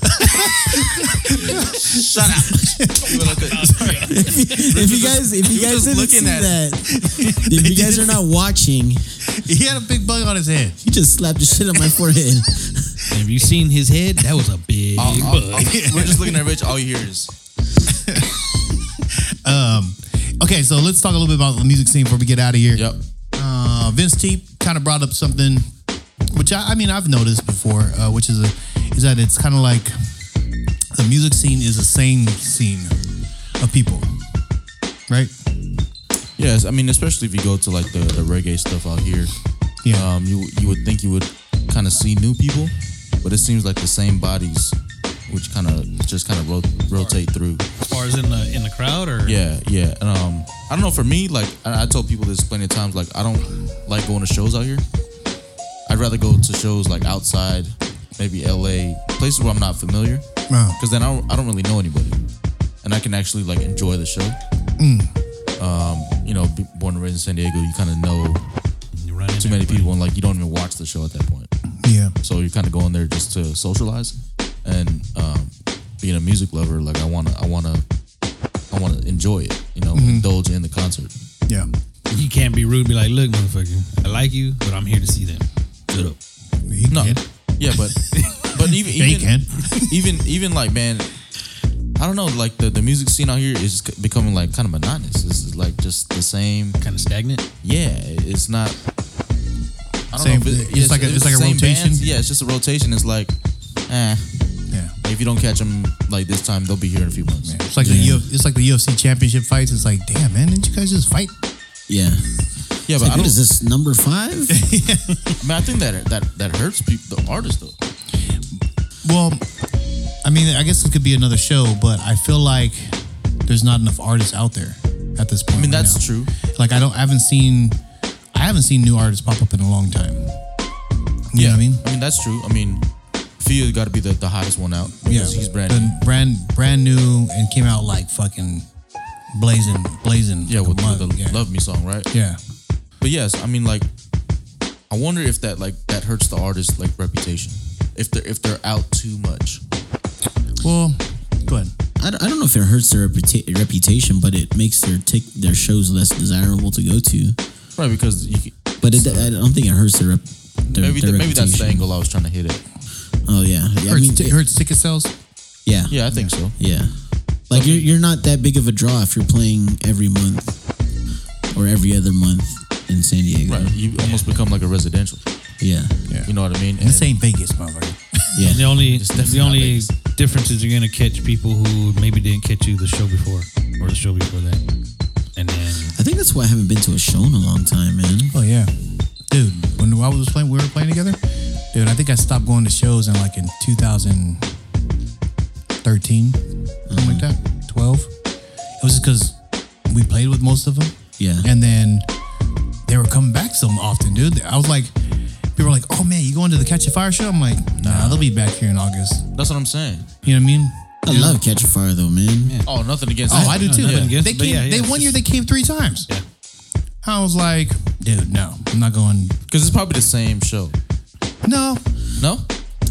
[SPEAKER 3] up.
[SPEAKER 4] if you guys, if you
[SPEAKER 3] He was
[SPEAKER 4] guys
[SPEAKER 3] just
[SPEAKER 4] didn't
[SPEAKER 3] looking
[SPEAKER 4] see
[SPEAKER 3] at
[SPEAKER 4] that, if you guys are not watching,
[SPEAKER 2] He had a big bug on his head.
[SPEAKER 4] he just slapped the shit on my forehead.
[SPEAKER 5] Have you seen his head? That was a big bug.
[SPEAKER 3] We're just looking at Rich. All you hear is
[SPEAKER 2] Okay, so let's talk a little bit about the music scene before we get out of here.
[SPEAKER 3] yep.
[SPEAKER 2] Uh, Vince Teep kind of brought up something, which I, I mean I've noticed before, uh, which is a, is that it's kind of like the music scene is the same scene of people, right?
[SPEAKER 3] Yes, I mean especially if you go to like the, the reggae stuff out here,
[SPEAKER 2] Yeah.
[SPEAKER 3] um, you you would think you would kind of see new people, but it seems like the same bodies, which kind of just kind of ro- rotate through.
[SPEAKER 5] As far as in the in the crowd or
[SPEAKER 3] Yeah, yeah. And um, I don't know. For me, like I, I told people this plenty of times. Like I don't like going to shows out here. I'd rather go to shows like outside, maybe LA, places where I'm not familiar,
[SPEAKER 2] Wow.
[SPEAKER 3] because then I don't, I don't really know anybody, and I can actually like enjoy the show. Um, you know, be- born and raised in San Diego, you kind of know
[SPEAKER 5] you run
[SPEAKER 3] too
[SPEAKER 5] into
[SPEAKER 3] many people, and like you don't even watch the show at that point.
[SPEAKER 2] Yeah.
[SPEAKER 3] So you're kind of going there just to socialize, and um, being a music lover, like I wanna, I wanna, I wanna enjoy it. You know,
[SPEAKER 2] Mm-hmm.
[SPEAKER 3] indulge in the concert.
[SPEAKER 2] Yeah.
[SPEAKER 5] You can't be rude. Be like, look, motherfucker, I like you, but I'm here to see them. Shut up.
[SPEAKER 2] You
[SPEAKER 3] No,
[SPEAKER 2] can.
[SPEAKER 3] yeah, but but even
[SPEAKER 2] Yeah, you
[SPEAKER 3] even,
[SPEAKER 2] can.
[SPEAKER 3] even even like man, I don't know. Like the, the music scene out here is c- becoming like kind of monotonous. This is like just the same.
[SPEAKER 5] Kind of stagnant.
[SPEAKER 3] Yeah, it's not. I don't
[SPEAKER 2] Same-
[SPEAKER 3] know. If
[SPEAKER 2] it's like a- it's like a
[SPEAKER 3] the same
[SPEAKER 2] rotation?
[SPEAKER 3] bands. Yeah, it's just a rotation. It's like, eh.
[SPEAKER 2] Yeah.
[SPEAKER 3] If you don't catch them like this time, they'll be here in a few months.
[SPEAKER 2] It's like the Uf- it's like the UFC championship fights. It's like, damn man, didn't you guys just fight?
[SPEAKER 4] Yeah.
[SPEAKER 3] Yeah, but
[SPEAKER 4] Like,
[SPEAKER 3] I
[SPEAKER 4] what
[SPEAKER 3] don't.
[SPEAKER 4] is this number five?
[SPEAKER 3] I, mean, I think that that that hurts people, the artist though.
[SPEAKER 2] Well, I mean, I guess it could be another show, but I feel like there's not enough artists out there at this point.
[SPEAKER 3] I mean, that's true.
[SPEAKER 2] Like I don't, I haven't seen, I haven't seen new artists pop up in a long time. You yeah, know what I mean,
[SPEAKER 3] I mean that's true. I mean, Fia got to be the, the hottest one out. because he's brand new.
[SPEAKER 2] been brand brand new and came out like fucking blazing, blazing.
[SPEAKER 3] Yeah,
[SPEAKER 2] like a
[SPEAKER 3] with, with
[SPEAKER 2] month.
[SPEAKER 3] the
[SPEAKER 2] yeah.
[SPEAKER 3] "Love Me" song, right?
[SPEAKER 2] Yeah,
[SPEAKER 3] But yes, I mean, like, I wonder if that like that hurts the artist like reputation, if they're if they're out too much.
[SPEAKER 2] well, go ahead.
[SPEAKER 4] I don't, I don't know if it hurts their reputa- reputation, but it makes their tick their shows less desirable to go to.
[SPEAKER 3] Right, because you can,
[SPEAKER 4] But it, I don't think it hurts their, rep, their,
[SPEAKER 3] maybe
[SPEAKER 4] their
[SPEAKER 3] th- maybe that's the
[SPEAKER 4] reputation.
[SPEAKER 3] angle I was trying to hit it.
[SPEAKER 4] Oh yeah, yeah. I
[SPEAKER 2] Hurts,
[SPEAKER 4] mean,
[SPEAKER 2] ti- hurts ticket sales.
[SPEAKER 4] yeah, yeah,
[SPEAKER 3] Yeah, I think so.
[SPEAKER 4] Like you're you're not that big of a draw if you're playing every month or every other month in San Diego.
[SPEAKER 3] Right, you almost become like a residential.
[SPEAKER 4] Yeah,
[SPEAKER 2] Yeah.
[SPEAKER 3] You know what I mean?
[SPEAKER 2] This
[SPEAKER 3] And-
[SPEAKER 2] ain't Vegas, motherfucker.
[SPEAKER 4] yeah.
[SPEAKER 5] And the only
[SPEAKER 3] definitely
[SPEAKER 5] the
[SPEAKER 3] not
[SPEAKER 5] only
[SPEAKER 3] Vegas.
[SPEAKER 5] difference is you're gonna catch people who maybe didn't catch you the show before or the show before that, and then
[SPEAKER 4] I think that's why I haven't been to a show in a long time, man.
[SPEAKER 2] Oh yeah, dude. When I was playing, we were playing together. Dude, I think I stopped going to shows in like in 2013, something
[SPEAKER 5] Mm-hmm.
[SPEAKER 2] like that, 12. It was just because we played with most of them.
[SPEAKER 4] Yeah.
[SPEAKER 2] And then they were coming back some often, dude. I was like, people were like, oh man, you going to the Catch a Fire show? I'm like, nah, they'll be back here in August.
[SPEAKER 3] That's what I'm saying.
[SPEAKER 2] You know what I mean?
[SPEAKER 4] I love Catch a Fire though, man.
[SPEAKER 3] Oh, nothing against.
[SPEAKER 2] Oh,
[SPEAKER 3] that.
[SPEAKER 2] I do too.
[SPEAKER 5] nothing
[SPEAKER 2] Yeah.
[SPEAKER 5] against
[SPEAKER 2] They
[SPEAKER 5] it, but
[SPEAKER 2] came,
[SPEAKER 5] yeah, yeah,
[SPEAKER 2] they
[SPEAKER 5] it's
[SPEAKER 2] one year
[SPEAKER 5] just-
[SPEAKER 2] they came three times.
[SPEAKER 5] Yeah.
[SPEAKER 2] I was like, dude, no, I'm not going.
[SPEAKER 3] Because it's probably the same show.
[SPEAKER 2] No,
[SPEAKER 3] No,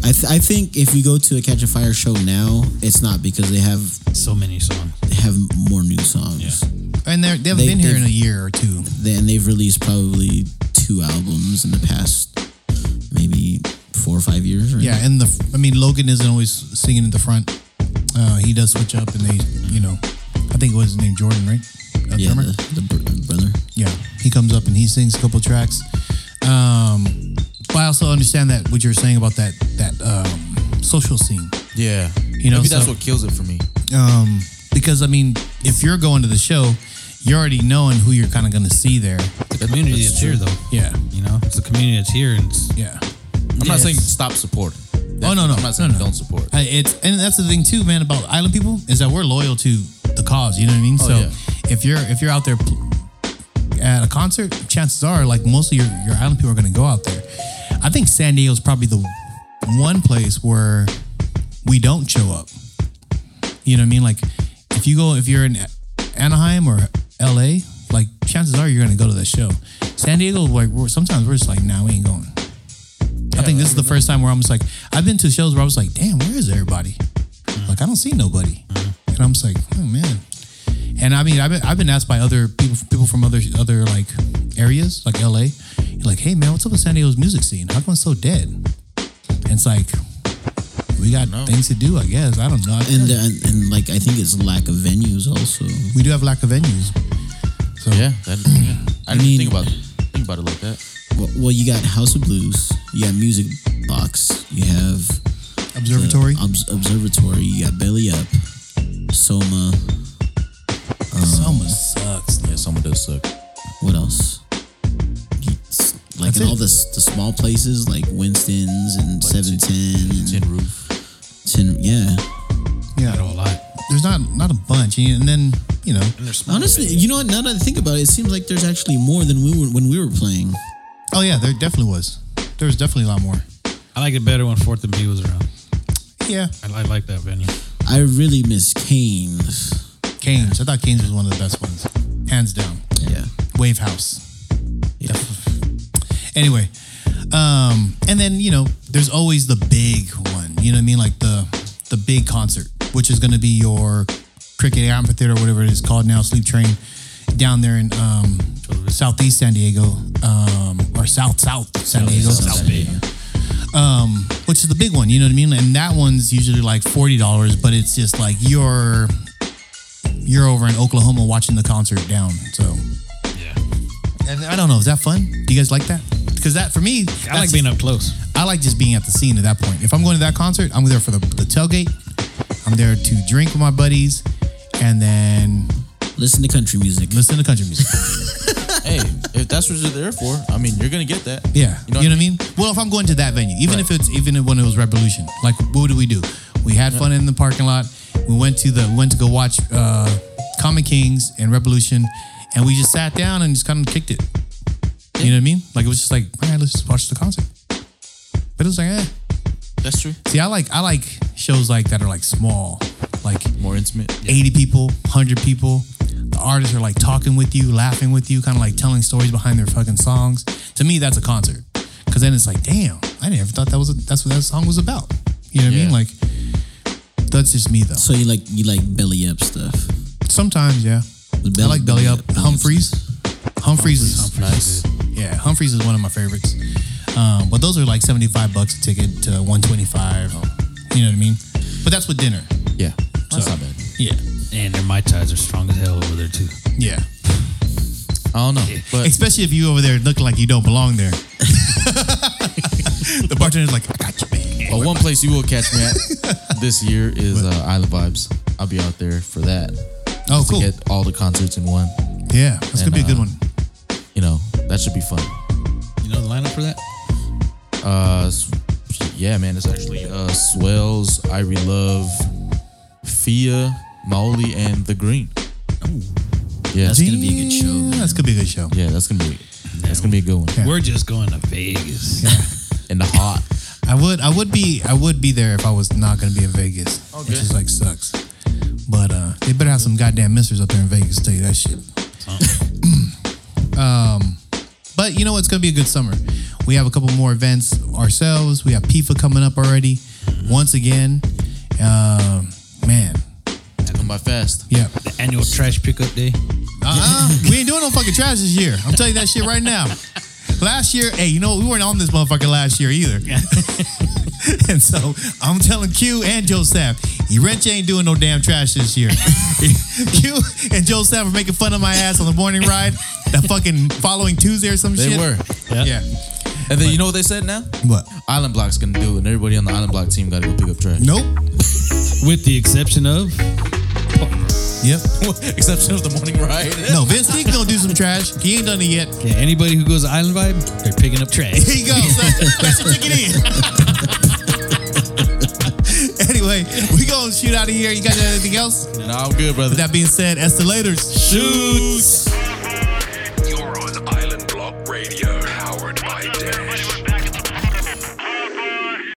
[SPEAKER 4] I, th- I think if you go to a Catch a Fire show now, it's not because they have
[SPEAKER 5] So many songs.
[SPEAKER 4] they have more new songs.
[SPEAKER 2] and they're, they haven't
[SPEAKER 4] They-
[SPEAKER 2] been here
[SPEAKER 4] they've-
[SPEAKER 2] in a year or two.
[SPEAKER 4] They, and they've released probably two albums in the past maybe four or five years. Right?
[SPEAKER 2] Yeah, and the I mean Logan isn't always singing in the front. Uh, he does switch up, and they you know, I think it was his name Jordan, right? Uh,
[SPEAKER 4] Yeah,
[SPEAKER 2] drummer?
[SPEAKER 4] the, the br- brother.
[SPEAKER 2] yeah. He comes up and he sings a couple tracks. Um, but I also understand that what you're saying about that that um, social scene.
[SPEAKER 3] yeah,
[SPEAKER 2] You know,
[SPEAKER 3] maybe that's
[SPEAKER 2] so-
[SPEAKER 3] what kills it for me.
[SPEAKER 4] Hmm.
[SPEAKER 2] um, because I mean, if you're going to the show, you're already knowing who you're kind of going to see there.
[SPEAKER 5] The community that's, here, though.
[SPEAKER 2] Yeah,
[SPEAKER 5] You know, it's the community that's here, and it's,
[SPEAKER 2] yeah.
[SPEAKER 3] I'm not
[SPEAKER 5] Yes.
[SPEAKER 3] saying stop supporting.
[SPEAKER 2] Oh, no, no,
[SPEAKER 3] I'm not saying
[SPEAKER 2] no, no.
[SPEAKER 3] don't support.
[SPEAKER 2] I, it's and that's the thing too, man. About island people is that we're loyal to the cause. You know what I mean? so
[SPEAKER 3] Oh, yeah.
[SPEAKER 2] if you're if you're out there pl- at a concert, chances are like most of your your island people are going to go out there. I think San Diego's probably the one place where we don't show up. You know what I mean? Like if you go if you're in Anaheim or LA, like chances are you're gonna go to the show. San Diego, like we're, sometimes we're just like, nah, we ain't going. I think this is the first time where I'm just like, I've been to shows where I was like, damn, where is everybody? Like I don't see nobody, and I'm just like, oh man. And I mean, I've been, I've been asked by other people people from other other like areas, like LA, like, hey man, what's up with San Diego's music scene? How come it's so dead? And it's like, we got things to do, I guess. I don't know. I
[SPEAKER 4] And, uh, and and like I think it's lack of venues also.
[SPEAKER 2] we do have lack of venues. So
[SPEAKER 3] Yeah, that, yeah. I didn't
[SPEAKER 4] mean-
[SPEAKER 3] think about think about it like that.
[SPEAKER 4] Well, well, you got House of Blues, you got Music Box, you have the
[SPEAKER 2] observatory.
[SPEAKER 4] Obs- Observatory, you got Belly Up, Soma. um,
[SPEAKER 2] Soma sucks.
[SPEAKER 3] Yeah, someone does suck.
[SPEAKER 4] What else? It's Like
[SPEAKER 2] That's
[SPEAKER 4] in
[SPEAKER 2] it.
[SPEAKER 4] all the s- the small places like Winston's and Seven Ten
[SPEAKER 3] Tin
[SPEAKER 4] and
[SPEAKER 3] roof.
[SPEAKER 4] Tin. Yeah,
[SPEAKER 2] Yeah,
[SPEAKER 5] a lot.
[SPEAKER 2] there's not not a bunch, and then you know.
[SPEAKER 4] honestly, you know what? Now that I think about it, it seems like there's actually more than we were when we were playing.
[SPEAKER 2] Oh yeah, there definitely was. There was definitely a lot more.
[SPEAKER 5] I like it better when Fourth and B was around.
[SPEAKER 2] Yeah,
[SPEAKER 5] I, I like that venue.
[SPEAKER 4] I really miss Kane's.
[SPEAKER 2] Canes. I thought Canes was one of the best ones, hands down.
[SPEAKER 4] Yeah,
[SPEAKER 2] Wave House. Anyway, um, and then you know, there's always the big one. You know what I mean? Like the the big concert, which is going to be your Cricket Amphitheater, whatever it is called now, Sleep Train, down there in um, Southeast San Diego, um, or South South San Diego, South Bay. Um, which is the big one. You know what I mean? And that one's usually like forty dollars, but it's just like you're you're over in Oklahoma watching the concert down. So
[SPEAKER 5] Yeah.
[SPEAKER 2] and I don't know. Is that fun? Do you guys like that? Because that for me,
[SPEAKER 5] I like
[SPEAKER 2] that's-
[SPEAKER 5] being up close.
[SPEAKER 2] I like just being at the scene at that point. If I'm going to that concert, I'm there for the, the tailgate. I'm there to drink with my buddies, and then
[SPEAKER 4] listen to country music.
[SPEAKER 2] listen to country music.
[SPEAKER 3] hey, if that's what you're there for, I mean, you're gonna get that.
[SPEAKER 2] Yeah,
[SPEAKER 3] you know what I mean.
[SPEAKER 2] Well, if I'm going to that venue, even
[SPEAKER 3] Right.
[SPEAKER 2] if it's even if- when it was Revolution, like what did we do? We had fun in the parking lot. We went to the went to go watch uh, Comic Kings and Revolution, and we just sat down and just kind of kicked it. You know what I mean? Like it was just like, all right, let's just watch the concert. But it was like, eh.
[SPEAKER 3] That's true.
[SPEAKER 2] See, I like I like shows like that are like small, like
[SPEAKER 3] More intimate.
[SPEAKER 2] 80 people, 100 people. The artists are like talking with you, laughing with you, kind of like telling stories behind their fucking songs. To me, that's a concert. Cause then it's like, damn, I never thought that was a, that's what that song was about. You know what I mean?
[SPEAKER 3] Yeah.
[SPEAKER 2] Like, that's just me though.
[SPEAKER 4] So you like you like belly up stuff.
[SPEAKER 2] Sometimes, yeah.
[SPEAKER 4] The
[SPEAKER 2] I like Belly Up. Humphreys. Humphreys is
[SPEAKER 3] Nice.
[SPEAKER 2] yeah. Humphreys is one of my favorites. Um, but those are like seventy five bucks a ticket to one twenty five. You know what I mean? But that's with dinner.
[SPEAKER 3] Yeah, that's
[SPEAKER 2] So-
[SPEAKER 3] not bad.
[SPEAKER 2] Yeah.
[SPEAKER 5] And their Mai Tais are strong as hell over there, too.
[SPEAKER 2] Yeah.
[SPEAKER 3] I don't know, but
[SPEAKER 2] Especially if you over there looking like you don't belong there. the bartender's like, I got you, man.
[SPEAKER 3] but one place you will catch me at this year is uh, Island Vibes. I'll be out there for that.
[SPEAKER 2] Oh, cool.
[SPEAKER 3] To get all the concerts in one.
[SPEAKER 2] Yeah, that's gonna
[SPEAKER 3] And,
[SPEAKER 2] be a good
[SPEAKER 3] uh,
[SPEAKER 2] one.
[SPEAKER 3] You know, that should be fun.
[SPEAKER 5] You know the lineup for that?
[SPEAKER 3] Uh, s- yeah, man, it's actually uh, Swells, Irie Love, Fia, Maoli, and The Green. Yeah,
[SPEAKER 4] That's gonna be a good show. Man.
[SPEAKER 2] That's gonna be a good show.
[SPEAKER 3] yeah, that's gonna be that's gonna be a good one.
[SPEAKER 5] We're just going to Vegas.
[SPEAKER 3] And the hot.
[SPEAKER 2] I would I would be I would be there if I was not gonna be in Vegas. It just like sucks. But uh they better have some goddamn misters up there in Vegas to tell you that shit. um but you know what? it's gonna be a good summer. We have a couple more events ourselves. We have PIFA coming up already. Once again. Um man.
[SPEAKER 3] It's Come by fast.
[SPEAKER 2] Yeah.
[SPEAKER 5] The annual trash pickup day.
[SPEAKER 2] Uh-uh. we ain't doing no fucking trash this year. I'm telling you that shit right now. Last year, hey, you know what? we weren't on this motherfucker last year either. and so I'm telling Q and Joe Staff, you wrench ain't doing no damn trash this year. Q and Joe Staff were making fun of my ass on the morning ride, that fucking following Tuesday or some
[SPEAKER 3] They
[SPEAKER 2] shit.
[SPEAKER 3] were.
[SPEAKER 2] Yeah.
[SPEAKER 3] And then you know what they said now?
[SPEAKER 2] What?
[SPEAKER 3] Island Block's gonna do it, and everybody on the Island Block team gotta go pick up trash.
[SPEAKER 2] Nope.
[SPEAKER 5] With the exception of
[SPEAKER 2] Yep.
[SPEAKER 3] Exception of the morning ride.
[SPEAKER 2] No, Vince Sneak gonna do some trash. He ain't done it yet.
[SPEAKER 5] yeah, anybody who goes Island Vibe, they're picking up trash.
[SPEAKER 2] Here you go. That's your ticket in. anyway, we gonna shoot out of here. You guys got anything else?
[SPEAKER 3] No, I'm good, brother.
[SPEAKER 2] With that being said, Estelators.
[SPEAKER 3] Shoots.